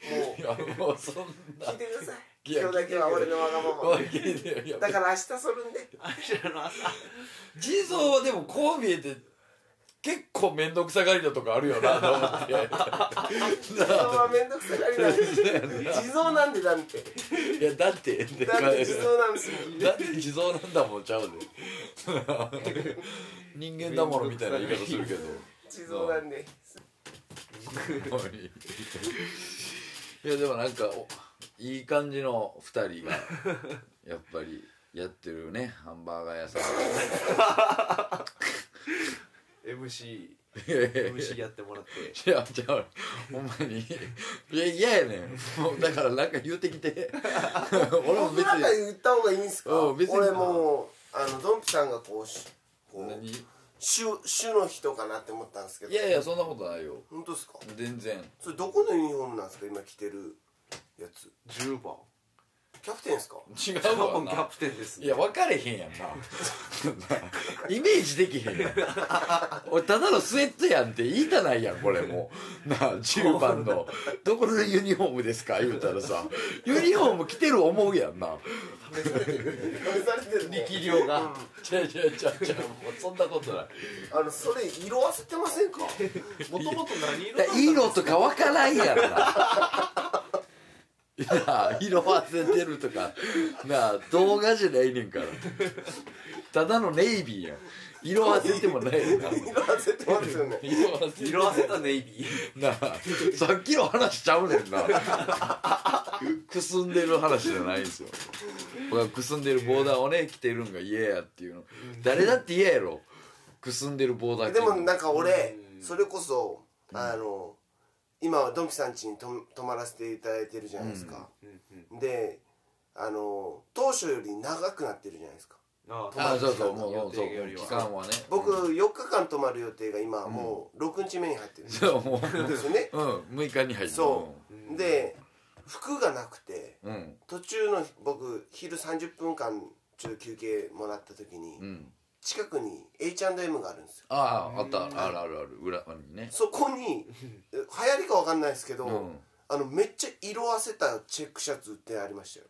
[SPEAKER 3] ー
[SPEAKER 2] も
[SPEAKER 1] いやもうそん
[SPEAKER 2] う
[SPEAKER 1] な
[SPEAKER 2] 聞いてください
[SPEAKER 1] いや
[SPEAKER 2] 今日だけは俺のわがまま
[SPEAKER 1] おい聞いてよいや
[SPEAKER 2] だから明日そるんで
[SPEAKER 3] 明日の朝
[SPEAKER 1] 地蔵はでもこう見えて結構面倒くさがりだとかあるよなと思 って
[SPEAKER 2] 地蔵は面倒くさがりなんで地蔵なんでなんて
[SPEAKER 1] いやだってって
[SPEAKER 2] だって地蔵なんですもん
[SPEAKER 1] だって地蔵なんだもんちゃうで人間だものみたいな言い方するけど
[SPEAKER 2] 地蔵なんで
[SPEAKER 1] いやでもなんかおいい感じの2人がやっぱりやってるねハンバーガー屋さん
[SPEAKER 3] MC
[SPEAKER 1] いやいやいや
[SPEAKER 3] MC やってもらって
[SPEAKER 1] いやじゃあほんまにいや嫌やねんもうだからなんか言うてきて 俺も
[SPEAKER 2] 僕
[SPEAKER 1] 別
[SPEAKER 2] なんか
[SPEAKER 1] に
[SPEAKER 2] 言った方がいいんですか
[SPEAKER 1] うん別に
[SPEAKER 2] 俺もうあのドンピさんがこうしこう
[SPEAKER 1] 何
[SPEAKER 2] 主主の人かなって思ったんですけど
[SPEAKER 1] いやいやそんなことないよ
[SPEAKER 2] 本当ですか
[SPEAKER 1] 全然
[SPEAKER 2] それどこのユニフォームなんですか今着てるやつ
[SPEAKER 3] 10番
[SPEAKER 2] キャプテンですか
[SPEAKER 1] 違
[SPEAKER 3] 多
[SPEAKER 1] うわ
[SPEAKER 3] 分キャ
[SPEAKER 1] な
[SPEAKER 3] プテンですね
[SPEAKER 1] いや分かれへんやんなイメージできへんやん俺ただのスウェットやんって言いたないやんこれもうなあ10番の「どこのユニフォームですか?」言うたらさユニフォーム着てる思うやんな
[SPEAKER 2] 試されてるね
[SPEAKER 1] 力量が違う違う違う違うもうそんなことない
[SPEAKER 2] あのそれ色あせてませんか
[SPEAKER 3] もともと何色
[SPEAKER 1] だか
[SPEAKER 3] だった
[SPEAKER 1] ら色とかわからんや ろないや色合わせてるとかなあ動画じゃないねんからただのネイビーやん色合わせてもないよな
[SPEAKER 2] 色あせてますよね
[SPEAKER 1] 色合わせ
[SPEAKER 3] 色あせたネイビ
[SPEAKER 1] なあさっきの話ちゃうねんなくすんでる話じゃないんですよ僕はくすんでるボーダーをね着てるんが嫌やっていうの誰だって嫌やろくすんでるボーダー着て
[SPEAKER 2] で
[SPEAKER 1] るの
[SPEAKER 2] もなんか俺
[SPEAKER 3] うん
[SPEAKER 2] それこそあの今はドンキさん家にと泊まらせていただいてるじゃないですか、
[SPEAKER 3] ー
[SPEAKER 2] であの当初より長くなってるじゃないですか
[SPEAKER 3] あ
[SPEAKER 1] あ
[SPEAKER 3] あ
[SPEAKER 1] そうそうもうもうそう
[SPEAKER 3] 予定よりは
[SPEAKER 1] 期間はね
[SPEAKER 2] 僕4日間泊まる予定が今もう6日目に入ってるんです
[SPEAKER 1] そうも
[SPEAKER 2] よね
[SPEAKER 1] う、うん、6日に入って
[SPEAKER 2] そ
[SPEAKER 3] うん
[SPEAKER 2] で服がなくて
[SPEAKER 1] ううん
[SPEAKER 2] 途中の僕昼30分間ちょっと休憩もらった時に
[SPEAKER 1] うん
[SPEAKER 2] 近くに H&M があるんですよ
[SPEAKER 1] あああったあるあるある裏にね
[SPEAKER 2] そこにえ流行りかわかんないですけど、
[SPEAKER 1] うん
[SPEAKER 2] あのめっちゃ色あせたチェックシャツ売ってありましたよ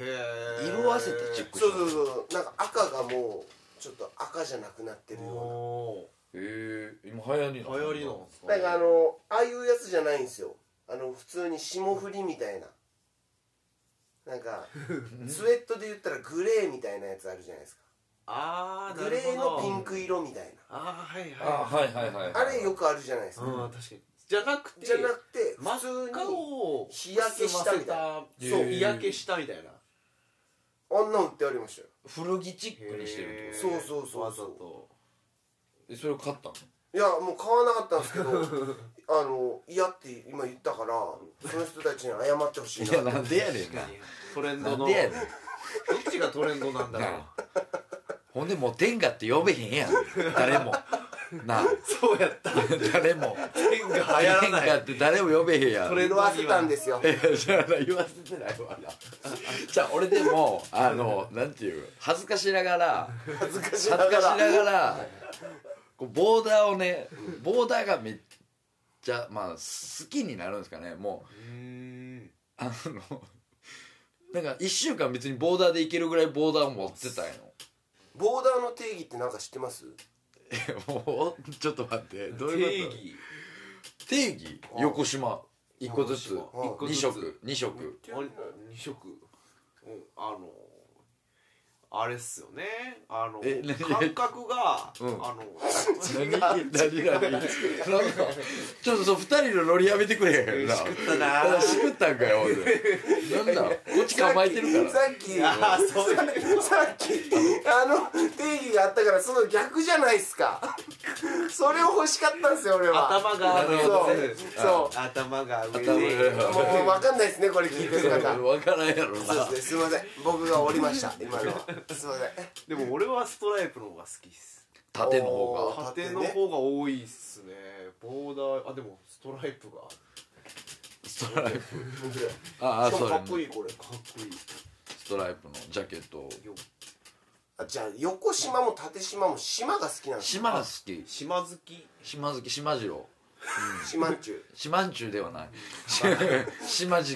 [SPEAKER 3] へえ
[SPEAKER 1] 色あせたチェックシ
[SPEAKER 2] そ
[SPEAKER 1] ャ
[SPEAKER 2] う
[SPEAKER 1] ツ
[SPEAKER 2] そうそうなんか赤がもうちょっと赤じゃなくなってるよ
[SPEAKER 3] お
[SPEAKER 1] へえ今流行り
[SPEAKER 3] ー流行りなんです
[SPEAKER 2] う
[SPEAKER 3] か
[SPEAKER 2] ななんかあのああいうやつじゃないんですよあの普通に霜降りみたいななんかスウェットで言ったらグレーみたいなやつあるじゃないですか
[SPEAKER 3] あ あな
[SPEAKER 2] グ
[SPEAKER 3] る
[SPEAKER 2] レ
[SPEAKER 3] ほ
[SPEAKER 2] ー
[SPEAKER 3] ど
[SPEAKER 2] のピンク色みたい
[SPEAKER 3] ああはいはい
[SPEAKER 1] ああはいはいはい
[SPEAKER 2] なあれよくあるじゃないです
[SPEAKER 3] う
[SPEAKER 2] か、
[SPEAKER 3] ん確かにじゃなくて
[SPEAKER 2] じゃなくて
[SPEAKER 3] 真
[SPEAKER 2] 普通
[SPEAKER 3] っ赤
[SPEAKER 2] に
[SPEAKER 3] を
[SPEAKER 2] 日焼けしたみたい
[SPEAKER 3] な
[SPEAKER 1] へ
[SPEAKER 3] そう
[SPEAKER 1] ー
[SPEAKER 3] 日焼けしたみたいな
[SPEAKER 2] あんなん売ってありましたよ
[SPEAKER 1] 古着チックにしてるって
[SPEAKER 3] へー
[SPEAKER 2] そうそうそうそう
[SPEAKER 3] わざと
[SPEAKER 1] ことえそれを買ったの
[SPEAKER 2] いやもう買わなかったんですけど あの嫌って今言ったからその人たちに謝ってほしい
[SPEAKER 1] いや
[SPEAKER 2] な
[SPEAKER 1] なんでやねん
[SPEAKER 3] 確かにトレン
[SPEAKER 1] なな
[SPEAKER 3] ド
[SPEAKER 1] ん
[SPEAKER 3] の
[SPEAKER 1] でやねん
[SPEAKER 3] どっちがトレンドなんだろう
[SPEAKER 1] なほんでもう天下って呼べへんやん誰もなあ
[SPEAKER 3] そうやった
[SPEAKER 1] 誰も
[SPEAKER 3] 天が流行ら
[SPEAKER 1] 天
[SPEAKER 3] な
[SPEAKER 1] 下
[SPEAKER 3] い
[SPEAKER 1] って誰も呼べへんやん
[SPEAKER 3] それ
[SPEAKER 2] 色あせたんですよ
[SPEAKER 1] いやじゃあ言わせてないわなじゃあ俺でもあのなんていう恥ずかしながら
[SPEAKER 2] 恥ずかし
[SPEAKER 1] 恥ず
[SPEAKER 2] な
[SPEAKER 1] か
[SPEAKER 2] が
[SPEAKER 1] しな
[SPEAKER 2] ら
[SPEAKER 1] がらこうボーダーをねボーダーがめっちゃまあ好きになるんですかねもう
[SPEAKER 3] うーん
[SPEAKER 1] あのなんか1週間別にボーダーでいけるぐらいボーダーを持ってたんよ
[SPEAKER 2] ボーダーの定義ってなんか知ってます
[SPEAKER 1] えもうちょっと待ってどう
[SPEAKER 3] 定
[SPEAKER 1] いうこ
[SPEAKER 3] 義
[SPEAKER 1] と定義横島1個ずつ
[SPEAKER 3] 横
[SPEAKER 2] 島一
[SPEAKER 3] 個
[SPEAKER 1] 2
[SPEAKER 3] ずつ
[SPEAKER 1] 色2色
[SPEAKER 3] あ二色うんあのあれっすよねあの
[SPEAKER 1] え何
[SPEAKER 3] 感覚が、
[SPEAKER 1] うん
[SPEAKER 3] あの
[SPEAKER 1] 何何何なんかちょっとそう2人のノリやめてくれへんな
[SPEAKER 3] しくったな
[SPEAKER 1] あしくったんかよほんでなん だこっち構えてるから
[SPEAKER 2] さっきさ
[SPEAKER 3] ああそういう
[SPEAKER 2] っきさっきあの定義があったからその逆じゃないですかそれを欲しかったんですよ俺は
[SPEAKER 3] 頭
[SPEAKER 1] な
[SPEAKER 3] が上
[SPEAKER 1] る
[SPEAKER 3] で
[SPEAKER 1] ほど
[SPEAKER 2] そ
[SPEAKER 3] 頭が上
[SPEAKER 1] 頭
[SPEAKER 3] で
[SPEAKER 1] が
[SPEAKER 2] うもう分かんないですねこれ聞いてる 方
[SPEAKER 1] 分からんやろ
[SPEAKER 2] そう
[SPEAKER 1] な
[SPEAKER 2] ですねすいません僕がおりました今のはすいません
[SPEAKER 3] でも俺はストライプの方が好きっす
[SPEAKER 1] 縦の方が
[SPEAKER 2] あ
[SPEAKER 3] 縦
[SPEAKER 2] 縦ね
[SPEAKER 3] の方が多いっすねボーダーあでもストライプが
[SPEAKER 1] ストライプああ
[SPEAKER 2] しか
[SPEAKER 1] そ
[SPEAKER 2] も
[SPEAKER 1] れ
[SPEAKER 2] かっこいいこれ
[SPEAKER 3] かっこいい
[SPEAKER 1] ストライプのジャケット
[SPEAKER 3] よ
[SPEAKER 2] あじゃあ横島も縦島も島が好きなんです
[SPEAKER 1] 島が好き
[SPEAKER 3] 島好き
[SPEAKER 1] 島好き島次郎
[SPEAKER 2] 島んちゅう
[SPEAKER 1] 島んちゅうではない島違い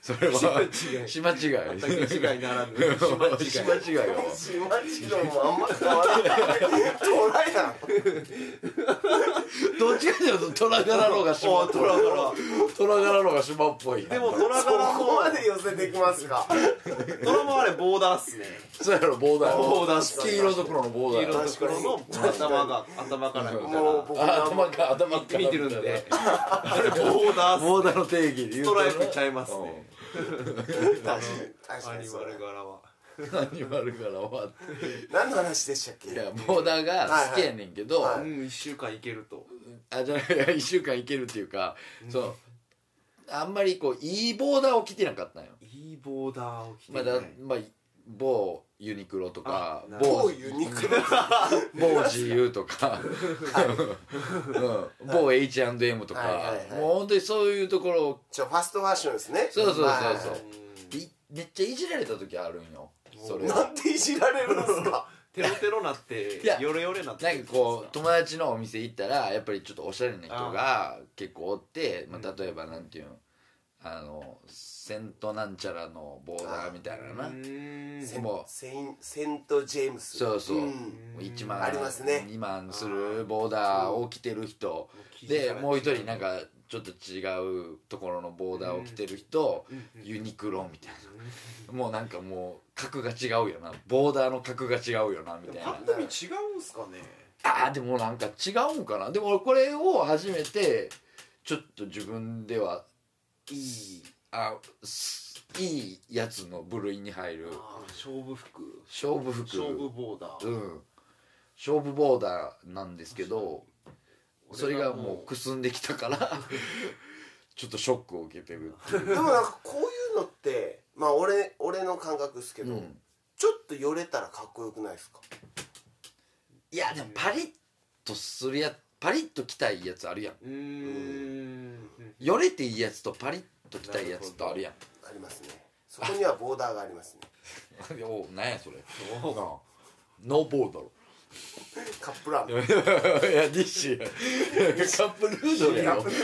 [SPEAKER 1] それは島違い
[SPEAKER 3] 畑違いな らぬ
[SPEAKER 1] 島
[SPEAKER 3] 島違い
[SPEAKER 1] 違いやわ
[SPEAKER 2] 島次郎もあんま変わらないトライだ
[SPEAKER 1] どっちかというと虎柄の方が島っぽい
[SPEAKER 3] 虎柄
[SPEAKER 1] 虎柄の方が島っぽい
[SPEAKER 3] でも
[SPEAKER 1] 虎
[SPEAKER 3] 虎
[SPEAKER 2] そ
[SPEAKER 3] 柄も
[SPEAKER 2] こまで寄せてきますか
[SPEAKER 3] 虎もあれボーダーっすね
[SPEAKER 1] そうやろボーダー
[SPEAKER 3] ボーダー
[SPEAKER 1] 黄色と黒のボーダー
[SPEAKER 3] 黄
[SPEAKER 1] や
[SPEAKER 3] 色のところの頭が頭から見たら
[SPEAKER 2] もう僕
[SPEAKER 1] あ
[SPEAKER 2] は
[SPEAKER 1] 頭か頭か
[SPEAKER 3] 見てるんであれボーダーっす
[SPEAKER 1] ボーダーの定義で言うと
[SPEAKER 3] スト
[SPEAKER 1] な
[SPEAKER 3] ライプちゃいますね
[SPEAKER 2] 確かに確
[SPEAKER 3] ア
[SPEAKER 2] かに
[SPEAKER 3] ニ
[SPEAKER 2] そ
[SPEAKER 3] マ
[SPEAKER 2] れ
[SPEAKER 3] ル柄は
[SPEAKER 1] アニマルから終わっ
[SPEAKER 2] 何の話でしたっけ
[SPEAKER 1] ていやボーダーが好きやねんけど、
[SPEAKER 3] う
[SPEAKER 2] は
[SPEAKER 3] ん1週間いけると
[SPEAKER 1] あじゃあい や一週間いけるっていうか、そうあんまりこういいボーダーを着てなかったんよ、
[SPEAKER 3] いいボーダーを着て
[SPEAKER 1] まあだまあ、某ユニクロとか
[SPEAKER 3] あなるほ
[SPEAKER 2] 某
[SPEAKER 1] 某
[SPEAKER 2] ユニクロ
[SPEAKER 1] 某 GU と か、うん、某 H&M とか、
[SPEAKER 2] はいはいはい
[SPEAKER 1] もう本当にそういうところを
[SPEAKER 2] ちょファストファッションですね
[SPEAKER 1] そうそうそうそう
[SPEAKER 2] は
[SPEAKER 1] でめっちゃいじられた時あるんよそ
[SPEAKER 2] い
[SPEAKER 1] れ
[SPEAKER 2] なんていじられるんです か
[SPEAKER 3] テロテロなって
[SPEAKER 1] いや
[SPEAKER 3] ヨレヨレなって
[SPEAKER 1] なんかこう友達のお店行ったらやっぱりちょっとおしゃれな人が結構おってま
[SPEAKER 3] う
[SPEAKER 1] あ、
[SPEAKER 3] ん
[SPEAKER 1] 例えばなんていうんあのセントなんちゃらのボーダーみたいな
[SPEAKER 3] う
[SPEAKER 1] な
[SPEAKER 3] ーん
[SPEAKER 2] セン
[SPEAKER 1] もう
[SPEAKER 2] セインセント・ジェームス
[SPEAKER 1] そうそうんもう1万
[SPEAKER 2] ありますね
[SPEAKER 1] 2万するボーダーを着てる人
[SPEAKER 3] うん
[SPEAKER 1] でもう一人なんかちょっと違うところのボーダーを着てる人、
[SPEAKER 3] うん
[SPEAKER 1] ユニクロみたいな、もうなんかもう格が違うよなボーダーの格が違うよなみたい
[SPEAKER 3] パ
[SPEAKER 1] な
[SPEAKER 3] ッと見違うんすかね
[SPEAKER 1] あーでもなんか違うんかなでも俺これを初めてちょっと自分ではいいあすいいやつの部類に入る
[SPEAKER 3] あー勝負服
[SPEAKER 1] 勝負服
[SPEAKER 3] 勝負ボーダー
[SPEAKER 1] うん勝負ボーダーなんですけどそれが
[SPEAKER 3] 俺
[SPEAKER 1] もうくすんできたから ちょっとショックを受けて るっていう
[SPEAKER 2] でもなんかこういうのってまあ俺俺の感覚ですけど、
[SPEAKER 1] うん
[SPEAKER 2] ちょっとよれたらかっこよくないですか
[SPEAKER 1] いやでもパリッとするやパリッと着たいやつあるやん
[SPEAKER 3] うーん
[SPEAKER 1] よれていいやつとパリッと着たいやつとあるやん
[SPEAKER 2] ありますねそこにはボーダーがあります ね
[SPEAKER 1] おなんやそれノーボーだろ
[SPEAKER 2] カップラーメン
[SPEAKER 1] いやディッシュやカップヌードルやろなんで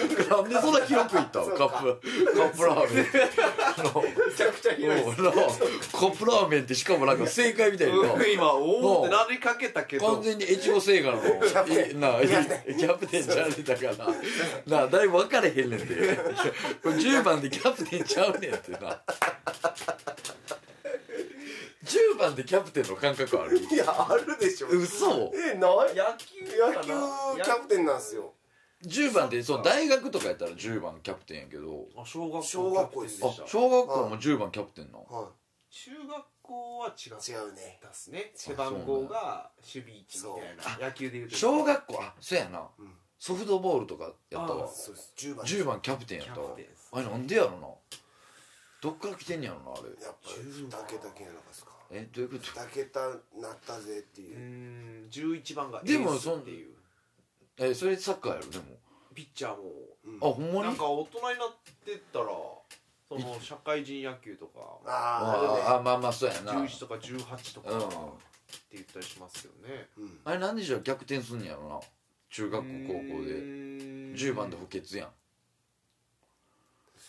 [SPEAKER 1] そんな広くいったの
[SPEAKER 2] そう
[SPEAKER 1] カ
[SPEAKER 2] か
[SPEAKER 1] ップカップラーメン
[SPEAKER 3] めちゃくちゃ広いっす
[SPEAKER 1] ののカップラーメンってしかもなんか正解みたいな
[SPEAKER 3] うん今おおっ
[SPEAKER 1] うん
[SPEAKER 3] てなりかけたけど
[SPEAKER 1] 完全に越後製菓のえなキャプテンちゃうねんだからなだいぶ分かれへんねんてこれ10番でキャプテンちゃうねんってな10番でキャプテンの感覚ある
[SPEAKER 2] いやあるでしょ
[SPEAKER 1] 嘘
[SPEAKER 2] えない
[SPEAKER 3] 野球
[SPEAKER 2] 野
[SPEAKER 3] か
[SPEAKER 2] 球
[SPEAKER 3] な
[SPEAKER 2] キャプテンなんですよ
[SPEAKER 1] 10番でそう大学とかやったら10番キャプテンやけど
[SPEAKER 3] あ小学校
[SPEAKER 2] 小学校です
[SPEAKER 1] あ
[SPEAKER 3] キャプテンでした
[SPEAKER 1] 小学校も10番キャプテンなの
[SPEAKER 2] は
[SPEAKER 3] 中学校は違う
[SPEAKER 2] い違うね
[SPEAKER 3] ですね背番号が守備位置みたいな野球でいうと
[SPEAKER 1] 小学校あそうやな
[SPEAKER 2] うん
[SPEAKER 1] ソフトボールとかやったわ
[SPEAKER 3] あ
[SPEAKER 2] そうです10番
[SPEAKER 1] 10番キャプテンやったわ
[SPEAKER 3] キャプテンです
[SPEAKER 1] あれなんでやろなどっから来てんねやろなあれ
[SPEAKER 2] やっぱり
[SPEAKER 3] 10
[SPEAKER 2] だけだけなのかですか
[SPEAKER 1] えどういうこ
[SPEAKER 2] だけたなったぜっていうう、
[SPEAKER 3] ん11番がエ
[SPEAKER 1] でも
[SPEAKER 3] ースっていう
[SPEAKER 1] とえそれサッカーやろでも
[SPEAKER 3] ピッチャーも
[SPEAKER 2] うん
[SPEAKER 1] あほんま
[SPEAKER 3] なん
[SPEAKER 1] に
[SPEAKER 3] か大人になってったらその社会人野球とか
[SPEAKER 2] あ
[SPEAKER 1] ああまあまあそうやな
[SPEAKER 3] 11とか18とか
[SPEAKER 1] う
[SPEAKER 3] っ
[SPEAKER 1] ん
[SPEAKER 3] て言ったりしますよね
[SPEAKER 2] あるね、
[SPEAKER 1] あれなんでじゃあ逆転すんねやろな中学校高校で
[SPEAKER 3] で
[SPEAKER 1] 10番で補欠やん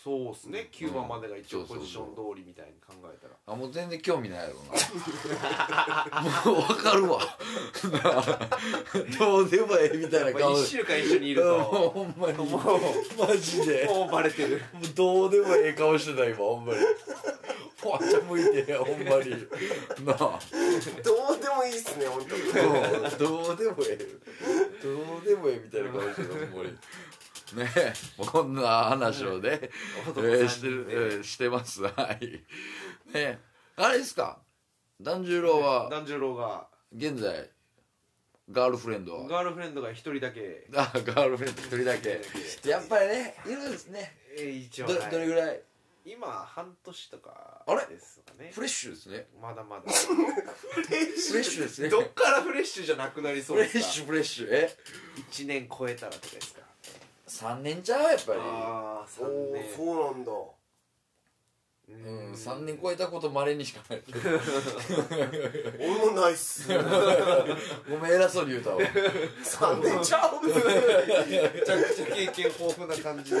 [SPEAKER 3] そうっすね9番までが一応
[SPEAKER 1] うん
[SPEAKER 3] ポジショ
[SPEAKER 1] そ
[SPEAKER 3] ン
[SPEAKER 1] う
[SPEAKER 3] 通りみたいに考えたら
[SPEAKER 1] あもう全然興味ないやろなもう分かるわ どうでもええみたいな
[SPEAKER 3] やっ
[SPEAKER 1] 顔
[SPEAKER 3] ぱ1
[SPEAKER 1] で
[SPEAKER 3] 週間一緒にいる
[SPEAKER 1] うんもう
[SPEAKER 3] と
[SPEAKER 1] ほんまに
[SPEAKER 3] も
[SPEAKER 1] マジで
[SPEAKER 3] うもうバレてる
[SPEAKER 1] もうどうでもええ顔してた今ほんまにほわちゃ向いてやほんまになあ
[SPEAKER 2] うん、どうでもいいっすね本当に
[SPEAKER 1] うんどうでもええどうでもええみたいな顔してたほんまにねえもうこんな話をね、え
[SPEAKER 3] 男
[SPEAKER 1] ー
[SPEAKER 3] 三
[SPEAKER 1] して
[SPEAKER 3] 人
[SPEAKER 1] る、
[SPEAKER 3] で
[SPEAKER 1] えーしてますはいねえあれですか團十郎は
[SPEAKER 3] 團十郎が
[SPEAKER 1] 現在ガールフレンドは
[SPEAKER 3] ガールフレンドが一人だけ
[SPEAKER 1] あガールフレンド一人だけやっぱりねいるんですね
[SPEAKER 3] えー一応
[SPEAKER 1] ど
[SPEAKER 3] はい
[SPEAKER 1] どれぐらい
[SPEAKER 3] 今半年とか
[SPEAKER 1] あれ
[SPEAKER 3] ですかね
[SPEAKER 1] フレッシュですね
[SPEAKER 3] ま だまだ
[SPEAKER 1] フレッシュですね
[SPEAKER 3] どっからフレッシュじゃなくなりそ
[SPEAKER 1] フ
[SPEAKER 3] う
[SPEAKER 1] レ
[SPEAKER 3] です
[SPEAKER 1] ッ
[SPEAKER 3] か
[SPEAKER 1] シュフレッシュえ
[SPEAKER 3] 1年超えたらとかですか
[SPEAKER 1] 3年ちゃうやっぱり
[SPEAKER 3] ああ
[SPEAKER 2] お
[SPEAKER 3] 3
[SPEAKER 2] お
[SPEAKER 3] 年
[SPEAKER 2] そうなんだ
[SPEAKER 1] うん、3年超えたことまれにしか ない
[SPEAKER 2] 俺もないっす
[SPEAKER 1] ごめん偉そうに言う たわ
[SPEAKER 2] 3年ちゃう
[SPEAKER 3] めちゃくちゃ経験豊富な 感じで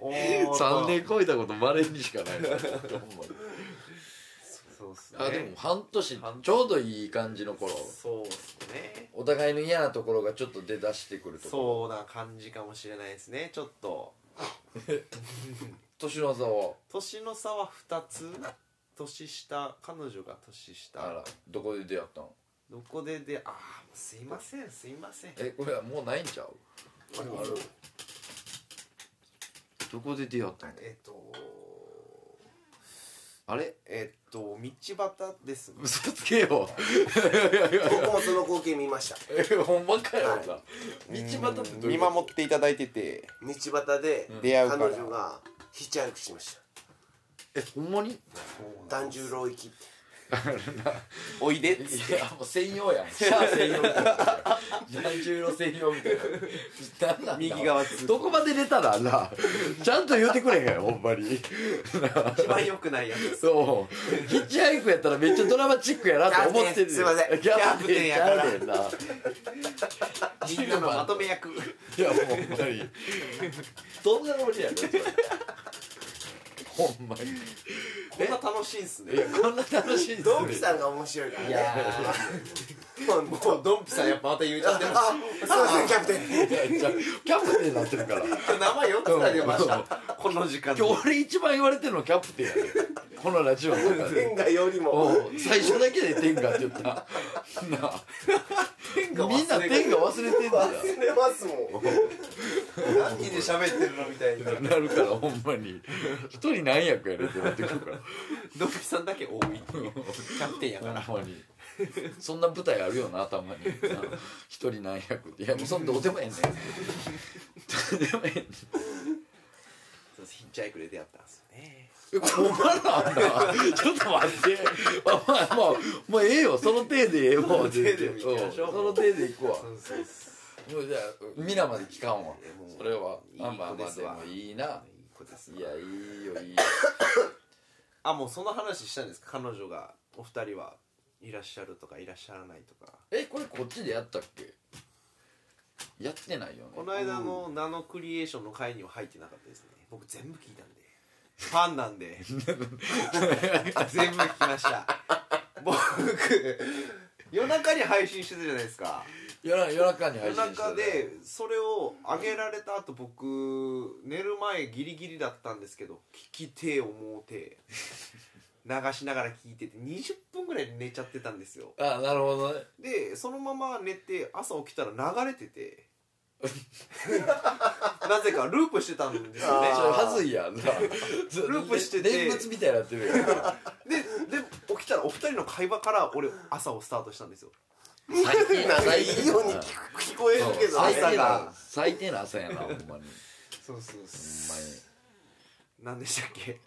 [SPEAKER 1] 3年超えたことまれにしか ないほんまに
[SPEAKER 3] そうっすね
[SPEAKER 1] あでも半年
[SPEAKER 3] 半年
[SPEAKER 1] ちょうどいい感じの頃
[SPEAKER 3] そうっすね
[SPEAKER 1] お互いの嫌なところがちょっと出だしてくるとこ
[SPEAKER 3] そうな感じかもしれないですねちょっと
[SPEAKER 1] 年の差は
[SPEAKER 3] 年の差は2つ年下彼女が年下
[SPEAKER 1] あらどこで出会ったの
[SPEAKER 3] どこででああすいませんすいません
[SPEAKER 1] えこれはもうないんちゃうどこで出会ったの
[SPEAKER 3] えっと
[SPEAKER 1] あれ
[SPEAKER 3] えっと道端ですね
[SPEAKER 1] 嘘つけ よ
[SPEAKER 2] 僕もその光景見ました
[SPEAKER 1] え ほんまかよさ道端ってどうい
[SPEAKER 3] 見
[SPEAKER 1] うこと
[SPEAKER 3] 守っていただいてて
[SPEAKER 2] 道端で
[SPEAKER 3] 出会うから
[SPEAKER 2] 彼女がヒッチハイクしてました
[SPEAKER 1] えほんまに
[SPEAKER 2] 團十郎行きって
[SPEAKER 3] おいでっつっ
[SPEAKER 1] いやもう専用 やんシャア専用みたいな何十路専用みたいななんなんだ
[SPEAKER 3] 右 側ずっと
[SPEAKER 1] どこまで出たらなちゃんと言うてくれへんよほんまに
[SPEAKER 3] 一番良くないやつ
[SPEAKER 1] そうヒッチハイクやったらめっちゃドラマチックやなって思ってる
[SPEAKER 2] キャプテン
[SPEAKER 1] キャプテン
[SPEAKER 3] キ
[SPEAKER 1] やか
[SPEAKER 3] ャ
[SPEAKER 1] ら
[SPEAKER 3] プ
[SPEAKER 1] ねんな
[SPEAKER 3] みんなのまとめ役
[SPEAKER 1] いやほんまにどんなノリやねんそれほんまに
[SPEAKER 3] こんな楽しいんす
[SPEAKER 1] い
[SPEAKER 3] ね
[SPEAKER 1] やこんな楽しいんすね
[SPEAKER 2] ドンピさんが面白いから
[SPEAKER 3] い
[SPEAKER 2] ね
[SPEAKER 3] や
[SPEAKER 2] 本当
[SPEAKER 3] ードンピさんやっぱまた言うちゃって ま
[SPEAKER 2] あすいませんキャプテン
[SPEAKER 1] いやじゃあキャプテンになってるから
[SPEAKER 3] す名前4つら出ましたこの時間に
[SPEAKER 1] 今日俺一番言われてるのキャプテンやねこのラジオの中で
[SPEAKER 2] 天下よりも
[SPEAKER 1] おう最初だけで天下って言ったな あ
[SPEAKER 3] が忘れ
[SPEAKER 1] みんな天下忘れてんだよ
[SPEAKER 2] 忘れますもん
[SPEAKER 3] 何人で喋ってるのみたいに
[SPEAKER 1] なるからほんまに一人何役やるってなってくるから
[SPEAKER 3] ドンピさんだけ多いキ ャプテンやから
[SPEAKER 1] ほんまにそんな舞台あるよなたまにな一人何役っていやもうそんどうでもええねんどうでもええねん
[SPEAKER 3] そうヒッチハイクで出会ったんですよね
[SPEAKER 1] え困らんなちょっと待ってあまあもうもうええよその手でええもう
[SPEAKER 3] その手で行きましょう
[SPEAKER 1] うんその手でいくわ
[SPEAKER 3] そうそうそ
[SPEAKER 1] もうじゃあ皆まで聞かんわ
[SPEAKER 3] う
[SPEAKER 1] それはあまあ
[SPEAKER 3] いい子
[SPEAKER 1] ま
[SPEAKER 3] で
[SPEAKER 1] あ
[SPEAKER 3] す
[SPEAKER 1] で
[SPEAKER 3] わ
[SPEAKER 1] もいいない
[SPEAKER 3] い子です
[SPEAKER 1] いやいいよいいよ
[SPEAKER 3] あもうその話したんですか彼女がお二人はいらっしゃるとかいらっしゃらないとか
[SPEAKER 1] えこれこっちでやったっけやってないよね
[SPEAKER 3] この間のナノクリエーションの会には入ってなかったですね僕全部聞いたんでファンなん で全部聞きました僕夜中に配信してたじゃないですか
[SPEAKER 1] 夜夜中に配信
[SPEAKER 3] 夜
[SPEAKER 1] してた
[SPEAKER 3] 中でそれを上げられた後僕寝る前ギリギリだったんですけど聞きてえ思う て流しながら聞いてて20分ぐらいで寝ちゃってたんですよ
[SPEAKER 1] あなるほどね
[SPEAKER 3] でそのまま寝て朝起きたら流れて てなぜかループしてたんですよね
[SPEAKER 2] あー
[SPEAKER 1] それはずいやん なル
[SPEAKER 3] ープしてて
[SPEAKER 1] 念仏みたいになってるやん
[SPEAKER 3] でで起きたらお二人の会話から俺朝をスタートしたんですよ
[SPEAKER 1] 最低
[SPEAKER 2] なんかいいように
[SPEAKER 1] な
[SPEAKER 2] 聞く聞こえるけど
[SPEAKER 1] 最
[SPEAKER 2] ね
[SPEAKER 1] 低
[SPEAKER 3] 朝
[SPEAKER 1] な
[SPEAKER 3] が
[SPEAKER 1] 最低な朝やなほんまにほんまに
[SPEAKER 3] そうそう何でしたっけ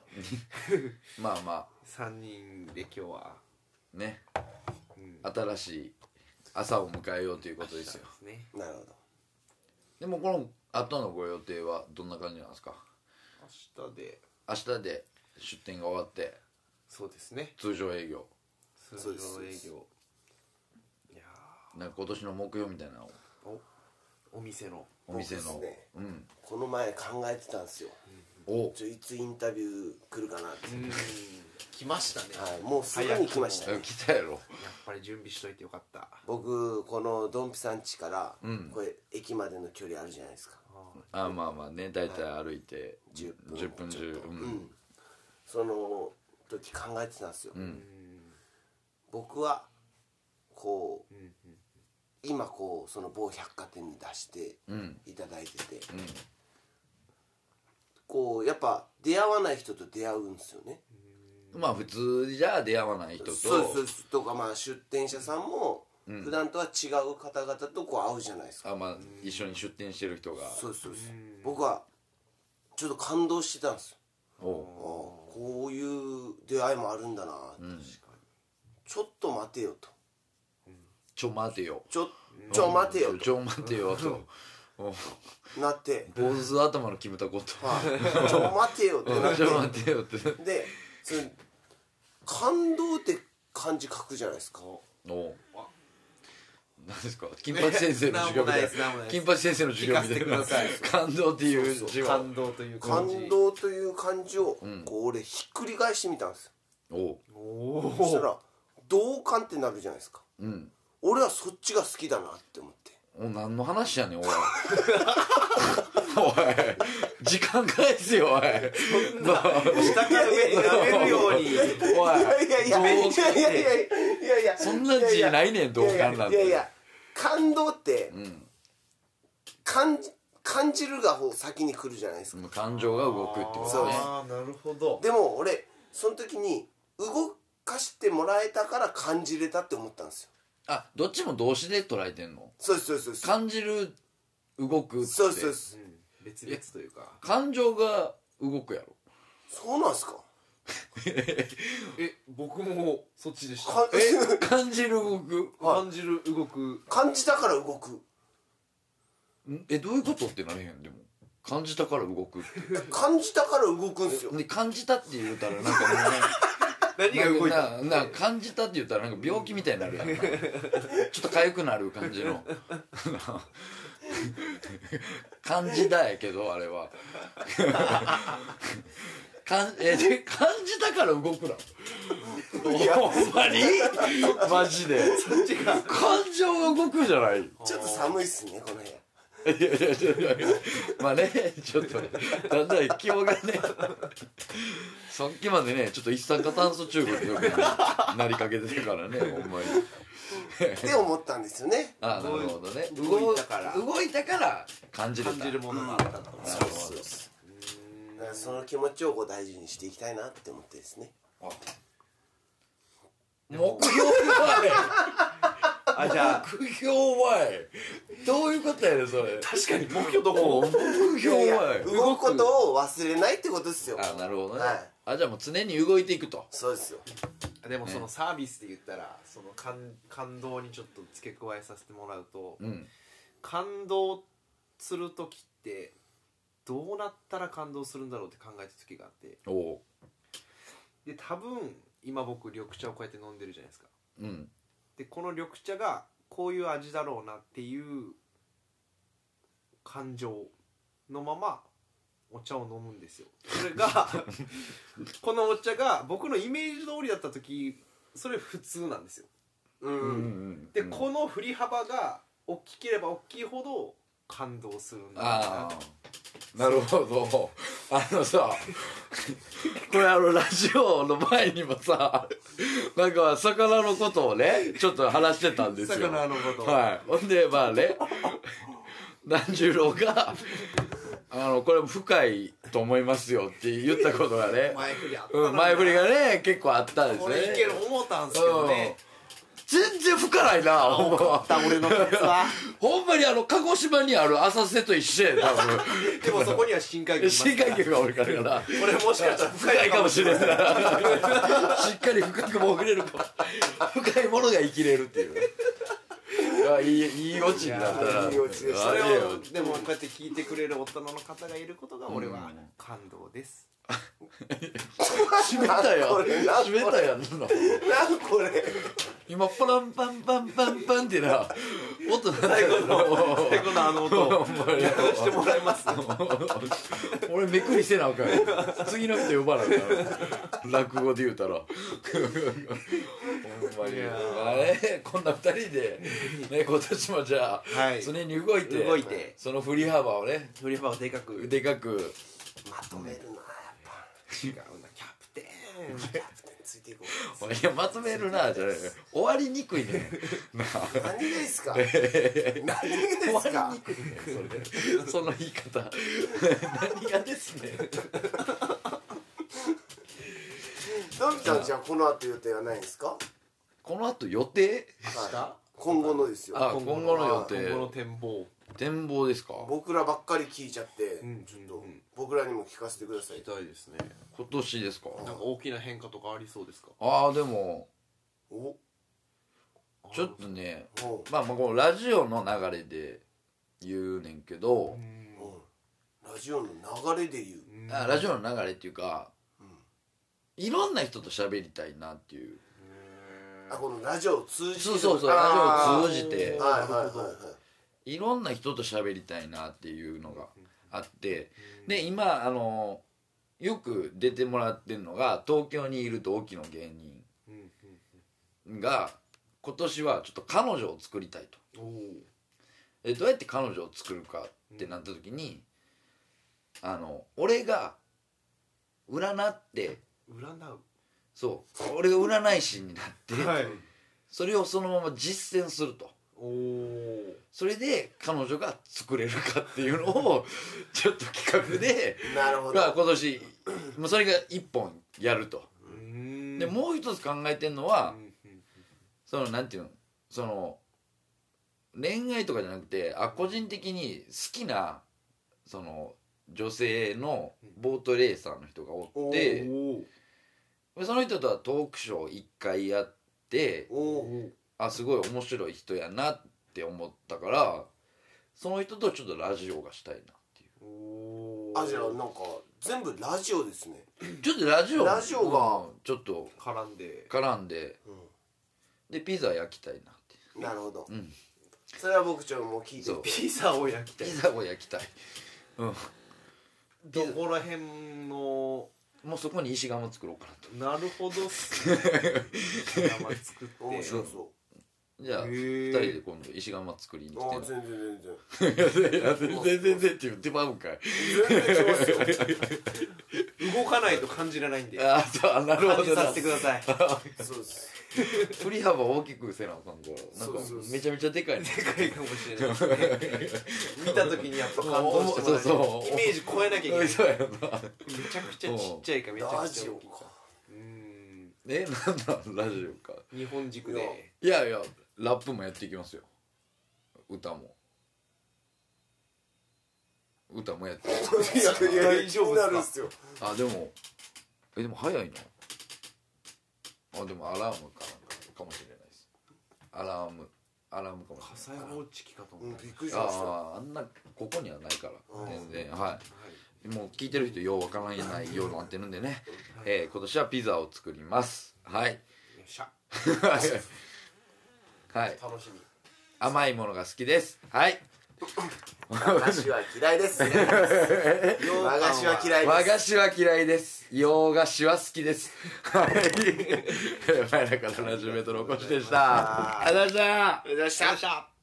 [SPEAKER 1] まあま
[SPEAKER 3] 3人で今日は、
[SPEAKER 1] あね
[SPEAKER 3] うん、
[SPEAKER 1] 新しい朝を迎えようということですよ
[SPEAKER 3] そうですね
[SPEAKER 2] なるほど
[SPEAKER 1] でもこの後のご予定はどんな感じなんですか
[SPEAKER 3] 明日で
[SPEAKER 1] 明日で出店が終わって
[SPEAKER 3] そうですね
[SPEAKER 1] 通常営業
[SPEAKER 3] 通
[SPEAKER 2] そうです
[SPEAKER 3] 常営業いや
[SPEAKER 1] なんか今年の目標みたいなのを
[SPEAKER 3] ーおお店の
[SPEAKER 1] お店
[SPEAKER 2] そ
[SPEAKER 1] の
[SPEAKER 2] うです
[SPEAKER 1] う
[SPEAKER 2] ね
[SPEAKER 1] ん
[SPEAKER 2] この前考えてたんですよ
[SPEAKER 1] お
[SPEAKER 2] ちょいつインタビュー来るかなって
[SPEAKER 3] 来ましたね
[SPEAKER 2] はいもうすぐに来ました
[SPEAKER 1] え来たやろ
[SPEAKER 3] やっぱり準備しといてよかった
[SPEAKER 2] 僕このドンピさん家から
[SPEAKER 1] うん
[SPEAKER 2] これ駅までの距離あるじゃないですか
[SPEAKER 1] あまあまあね大体歩いて
[SPEAKER 2] 10分
[SPEAKER 1] 10分10う
[SPEAKER 2] うんんその時考えてたんですよ
[SPEAKER 1] うん
[SPEAKER 2] 僕はこう
[SPEAKER 3] うんうん
[SPEAKER 2] 今こうその某百貨店に出して
[SPEAKER 1] うん
[SPEAKER 2] いただいてて
[SPEAKER 1] うん
[SPEAKER 2] こうやっぱ出会わない人と出会うんですよね
[SPEAKER 1] まあ普通じゃ出会わない人と
[SPEAKER 2] そうですそうですとかまあ出店者さんも
[SPEAKER 1] うん
[SPEAKER 2] 普段とは違う方々とこう会うじゃないですか
[SPEAKER 1] あまあ一緒に出店してる人が
[SPEAKER 2] そうですそうです
[SPEAKER 3] うん
[SPEAKER 2] 僕はちょっと感動してたんですよああ
[SPEAKER 1] お
[SPEAKER 2] こういう出会いもあるんだな
[SPEAKER 1] う、うん、
[SPEAKER 3] 確か
[SPEAKER 2] ちょっと待てよと
[SPEAKER 1] ちょ待てよ
[SPEAKER 2] ちょちょ待てよ
[SPEAKER 1] ちょ待てよとお
[SPEAKER 2] となって
[SPEAKER 1] 坊主頭の決めたこと
[SPEAKER 2] はいちょ待てよってなっ
[SPEAKER 1] ちょ
[SPEAKER 2] て
[SPEAKER 1] 待てよって
[SPEAKER 2] でその感動って漢字書くじゃないですか
[SPEAKER 1] おう何ですか金八先生の授業みたいな
[SPEAKER 3] なんもないですなんもないです
[SPEAKER 1] 金八先生の授業みたい
[SPEAKER 3] 聞
[SPEAKER 1] な
[SPEAKER 3] かせてく
[SPEAKER 1] 感動っていう字は
[SPEAKER 3] 感動という感じ
[SPEAKER 2] 感動という漢字を
[SPEAKER 1] うん
[SPEAKER 2] こう俺ひっくり返してみたんですよ
[SPEAKER 1] おう
[SPEAKER 3] お
[SPEAKER 2] そした
[SPEAKER 3] お
[SPEAKER 2] ら同感ってなるじゃないですか
[SPEAKER 1] うん
[SPEAKER 2] 俺はそっちが好きだなって思って
[SPEAKER 1] お何の話やねんおいおい時間返すよおい
[SPEAKER 3] 下から上に舐めるように
[SPEAKER 1] おい
[SPEAKER 2] いやいやいやいやいやいやいやいや
[SPEAKER 1] そんな字ないねん同感なん
[SPEAKER 2] いやいやいやい
[SPEAKER 1] て
[SPEAKER 2] や感動って
[SPEAKER 1] うん
[SPEAKER 2] 感じ感じるが方先に来るじゃないですか
[SPEAKER 1] もう感情が動くってことね
[SPEAKER 3] ああなるほど
[SPEAKER 2] でも俺その時に動かしてもらえたから感じれたって思ったんですよ
[SPEAKER 1] あどっちも動詞で捉えてんの
[SPEAKER 2] そうですそうですそう
[SPEAKER 1] 感じる動くって
[SPEAKER 2] ですそうですそうです
[SPEAKER 3] うん別々というか
[SPEAKER 1] 感情が動くやろ
[SPEAKER 2] そうなんですか
[SPEAKER 3] え僕もそっちでし
[SPEAKER 2] か
[SPEAKER 1] え感じる動く
[SPEAKER 3] 感じる動く
[SPEAKER 2] 感じたから動く
[SPEAKER 1] んえどういうことってなれへんでも感じたから動くって
[SPEAKER 2] 感じたから動くんですよ
[SPEAKER 1] で感じたって言うたらなんかもうね
[SPEAKER 3] 何が動いた
[SPEAKER 1] ななな感じたって言ったらなんか病気みたいになるやんなちょっと痒くなる感じの感じだやけどあれはかんえで感じたから動くなほんまにマジで感情が動くじゃない
[SPEAKER 2] ちょっと寒いっすねこの部屋
[SPEAKER 1] いやいやいやいや まあねちょっとだんだん気温がねさっきまでねちょっと一酸化炭素中毒よくなりかけてたからねほんまに
[SPEAKER 2] って思ったんですよね
[SPEAKER 1] ああなるほどね
[SPEAKER 3] 動いたから
[SPEAKER 1] 動いたから感じれた
[SPEAKER 3] 感じるものがあったと
[SPEAKER 1] なるほど
[SPEAKER 2] だからその気持ちをこう大事にしていきたいなって思ってですね
[SPEAKER 1] 目標は
[SPEAKER 3] あじゃあ
[SPEAKER 1] い目標はえどういうことやねんそれ
[SPEAKER 3] 確かに目標ど
[SPEAKER 1] お
[SPEAKER 3] こ
[SPEAKER 1] 目
[SPEAKER 2] いや
[SPEAKER 1] 標
[SPEAKER 2] い
[SPEAKER 1] は
[SPEAKER 2] や
[SPEAKER 1] い
[SPEAKER 2] 動くことを忘れないってことですよ
[SPEAKER 1] ああなるほどね、
[SPEAKER 2] はい
[SPEAKER 1] あじゃあもう常に動いていくと
[SPEAKER 2] そうですよ
[SPEAKER 3] でもそのサービスで言ったらその感感動にちょっと付け加えさせてもらうと
[SPEAKER 1] うん
[SPEAKER 3] 感動する時ってどうなったら感動するんだろうって考えた時があって
[SPEAKER 1] おお
[SPEAKER 3] で多分今僕緑茶をこうやって飲んでるじゃないですか
[SPEAKER 1] ううん
[SPEAKER 3] でこの緑茶がこういう味だろうなっていう感情のままお茶を飲むんですよそれ がこのお茶が僕のイメージ通りだった時それ普通なんですよ
[SPEAKER 2] う
[SPEAKER 1] うんうんん
[SPEAKER 3] で、この振り幅が大きければ大きいほど感動するんだ
[SPEAKER 1] あ
[SPEAKER 3] な
[SPEAKER 1] あなるほどあのさこれあのラジオの前にもさなんか魚のことをねちょっと話してたんですよ
[SPEAKER 3] 魚のこと
[SPEAKER 1] はいほんでまあね團十郎があのこれ深いと思いますよって言ったことがね、
[SPEAKER 3] 前振りあった
[SPEAKER 1] うん、前振りがね結構あったんです
[SPEAKER 3] こ
[SPEAKER 1] ね
[SPEAKER 3] れいける思ったんですけどね
[SPEAKER 1] 全然吹かないなほんま
[SPEAKER 3] 俺のやつは
[SPEAKER 1] ほんまにあの鹿児島にある浅瀬と一緒や多分
[SPEAKER 3] でもそこには深海魚います
[SPEAKER 1] 深海魚がおるからやな
[SPEAKER 3] これもしかしたら
[SPEAKER 1] 深いか もしれんないしっかり深く潜れるか深いものが生きれるっていういやいいいいオチになったない
[SPEAKER 2] やいいオチでした
[SPEAKER 1] あ
[SPEAKER 3] そ
[SPEAKER 1] れ
[SPEAKER 3] れ
[SPEAKER 1] よ
[SPEAKER 3] をでもこうやって聞いてくれる大人の方がいることが俺は感動です、
[SPEAKER 1] 閉めたよ
[SPEAKER 2] これな
[SPEAKER 1] 閉めたやんな
[SPEAKER 2] なんこれ
[SPEAKER 1] 今パランパンパンパンパンってな音鳴ったよ
[SPEAKER 3] 最後のあの音をしてもらいます
[SPEAKER 1] 俺めくりせなあかんよ次の人呼ばなあかん落語で言うたらほんまに
[SPEAKER 3] いや
[SPEAKER 1] あれこんな二人で、ね、今年もじゃあ、
[SPEAKER 3] はい
[SPEAKER 1] 常に動いて
[SPEAKER 3] 動いて
[SPEAKER 1] その振り幅をね
[SPEAKER 3] 振り幅をでかく
[SPEAKER 1] でかく
[SPEAKER 2] まとめるなやっぱ
[SPEAKER 3] 違うなキャプテン
[SPEAKER 2] ついていこう
[SPEAKER 1] いやまとめるなじゃない終わりにくいねん なあ
[SPEAKER 2] 何がいいですか何がいいです
[SPEAKER 1] そ
[SPEAKER 2] か
[SPEAKER 1] れその言い方 何がですね
[SPEAKER 2] ダンちゃんじゃあこの後予定はないんですか
[SPEAKER 1] このあと予定
[SPEAKER 2] はい今後のです
[SPEAKER 1] あ
[SPEAKER 2] よ
[SPEAKER 1] 今後の予定
[SPEAKER 3] 今後の展望
[SPEAKER 1] 展望ですか
[SPEAKER 2] 僕らばっかり聞いちゃって
[SPEAKER 3] うん
[SPEAKER 2] ちょっと僕らにも聞かせてください
[SPEAKER 3] たいですね
[SPEAKER 1] 今年ですか
[SPEAKER 3] なんか大きな変化とかありそうですか
[SPEAKER 1] ああでも
[SPEAKER 2] お
[SPEAKER 1] ちょっとね
[SPEAKER 2] お
[SPEAKER 1] まあまあこのラジオの流れで言うねんけど
[SPEAKER 3] う、
[SPEAKER 2] おラジオの流れで言う
[SPEAKER 3] うん
[SPEAKER 1] あラジオの流れっていうか、いろんな人と喋りたいなっていう
[SPEAKER 2] あこのラジオを通じて
[SPEAKER 1] そうそうそう
[SPEAKER 2] あー
[SPEAKER 1] ラジオを通じて
[SPEAKER 2] はいはいはいはい
[SPEAKER 1] いろんな人と喋りたいなっていうのがあってで今あのよく出てもらってるのが東京にいる同期の芸
[SPEAKER 3] うんう
[SPEAKER 1] 人
[SPEAKER 3] ん
[SPEAKER 1] が今年はちょっと彼女を作りたいと
[SPEAKER 3] おー
[SPEAKER 1] でどうやって彼女を作るかってなった時に、あの俺が占って
[SPEAKER 3] 占う
[SPEAKER 1] そう俺が占い師になって、
[SPEAKER 3] はい
[SPEAKER 1] それをそのまま実践すると
[SPEAKER 3] おお
[SPEAKER 1] それで彼女が作れるかっていうのをちょっと企画 で、
[SPEAKER 2] なるほど
[SPEAKER 1] まあ、今年もうそれが一本やると、
[SPEAKER 3] うん
[SPEAKER 1] で
[SPEAKER 3] う
[SPEAKER 1] もう一つ考えてるのは、
[SPEAKER 3] んうん
[SPEAKER 1] そのなんていうのその恋愛とかじゃなくてあ個人的に好きなその女性のボートレーサーの人がおって
[SPEAKER 3] おー
[SPEAKER 1] その人とはトークショー1回やって
[SPEAKER 2] おお
[SPEAKER 3] おー
[SPEAKER 1] あすごい面白い人やなって思ったからその人とちょっとラジオがしたいなってい
[SPEAKER 3] おー
[SPEAKER 2] あじゃあなんか全部ラジオですね、
[SPEAKER 1] うちょっとラジオ
[SPEAKER 2] ラジオが
[SPEAKER 1] うんちょっと
[SPEAKER 3] 絡んで
[SPEAKER 1] 絡んで
[SPEAKER 2] う
[SPEAKER 1] でピザ焼きたいなって
[SPEAKER 2] ん、なるほど、
[SPEAKER 1] うん
[SPEAKER 2] それは僕ちょっともう聞いて
[SPEAKER 1] そう
[SPEAKER 2] る
[SPEAKER 3] ピザを焼きた
[SPEAKER 1] ピ
[SPEAKER 3] い
[SPEAKER 1] ザを焼きたい
[SPEAKER 3] どこら辺の
[SPEAKER 1] もうそこに石窯作ろうかなと
[SPEAKER 3] なるほどっすね山作って
[SPEAKER 2] 面白そ
[SPEAKER 1] じゃあ
[SPEAKER 3] へ
[SPEAKER 1] 二
[SPEAKER 3] ー
[SPEAKER 1] 人で今度石窯作りに
[SPEAKER 2] うあ
[SPEAKER 1] 来て
[SPEAKER 2] あ全然全然
[SPEAKER 1] いや全然全然って言ってまうんかい
[SPEAKER 2] 全然違いますよ
[SPEAKER 3] 動かないと感じらないんで
[SPEAKER 1] あそうあなるほ
[SPEAKER 3] 感じ
[SPEAKER 1] ど
[SPEAKER 3] さ
[SPEAKER 1] な
[SPEAKER 3] せてください
[SPEAKER 2] そうです
[SPEAKER 1] 振り幅大きくせなあかんからなん
[SPEAKER 2] そう
[SPEAKER 1] か
[SPEAKER 2] そうそう
[SPEAKER 1] めちゃめちゃで かいね
[SPEAKER 3] でかいかもしれないですね見た時にやっぱ感動してもらえる
[SPEAKER 1] そうそう
[SPEAKER 3] イメージ超えなきゃいけないめち
[SPEAKER 1] そうやな
[SPEAKER 3] ゃくちゃちっちゃいかめちゃ
[SPEAKER 2] ラ
[SPEAKER 3] くち
[SPEAKER 2] ジ
[SPEAKER 3] ゃ
[SPEAKER 2] オ
[SPEAKER 3] 大きいか
[SPEAKER 2] か
[SPEAKER 3] うーん
[SPEAKER 1] えなんなんラジオか
[SPEAKER 3] 日本軸
[SPEAKER 2] いや
[SPEAKER 3] で
[SPEAKER 1] いやいやラップもやっていきますよ歌も歌もやって
[SPEAKER 2] いやいやいや
[SPEAKER 3] 大
[SPEAKER 2] 気
[SPEAKER 3] 丈夫
[SPEAKER 2] に
[SPEAKER 3] っす
[SPEAKER 2] な
[SPEAKER 3] か
[SPEAKER 2] るっすよ
[SPEAKER 1] あでもえでも早いなあでもアラームかなんかかもしれないですアラームアラームかもしれない
[SPEAKER 3] 火災報知器かと
[SPEAKER 2] う
[SPEAKER 3] 思っ
[SPEAKER 2] ん
[SPEAKER 3] た
[SPEAKER 2] びっくりしました
[SPEAKER 1] あああんなここにはないから
[SPEAKER 2] うん
[SPEAKER 1] 全然は
[SPEAKER 3] は
[SPEAKER 1] い
[SPEAKER 3] い
[SPEAKER 1] もう聞いてる人ようわからないようになってるんでね、えー今年はピザを作りますはい
[SPEAKER 3] よっしゃ
[SPEAKER 1] はい
[SPEAKER 3] 楽しみ
[SPEAKER 1] 甘いものが好きですはい
[SPEAKER 2] 和菓子は嫌 いです和菓子は嫌い
[SPEAKER 1] 和
[SPEAKER 2] です
[SPEAKER 1] 菓子は嫌いです洋菓子は好きですはい 前中のラジオメトロお越しでしたありがとうございました
[SPEAKER 2] ありがとうございました
[SPEAKER 3] よっしゃ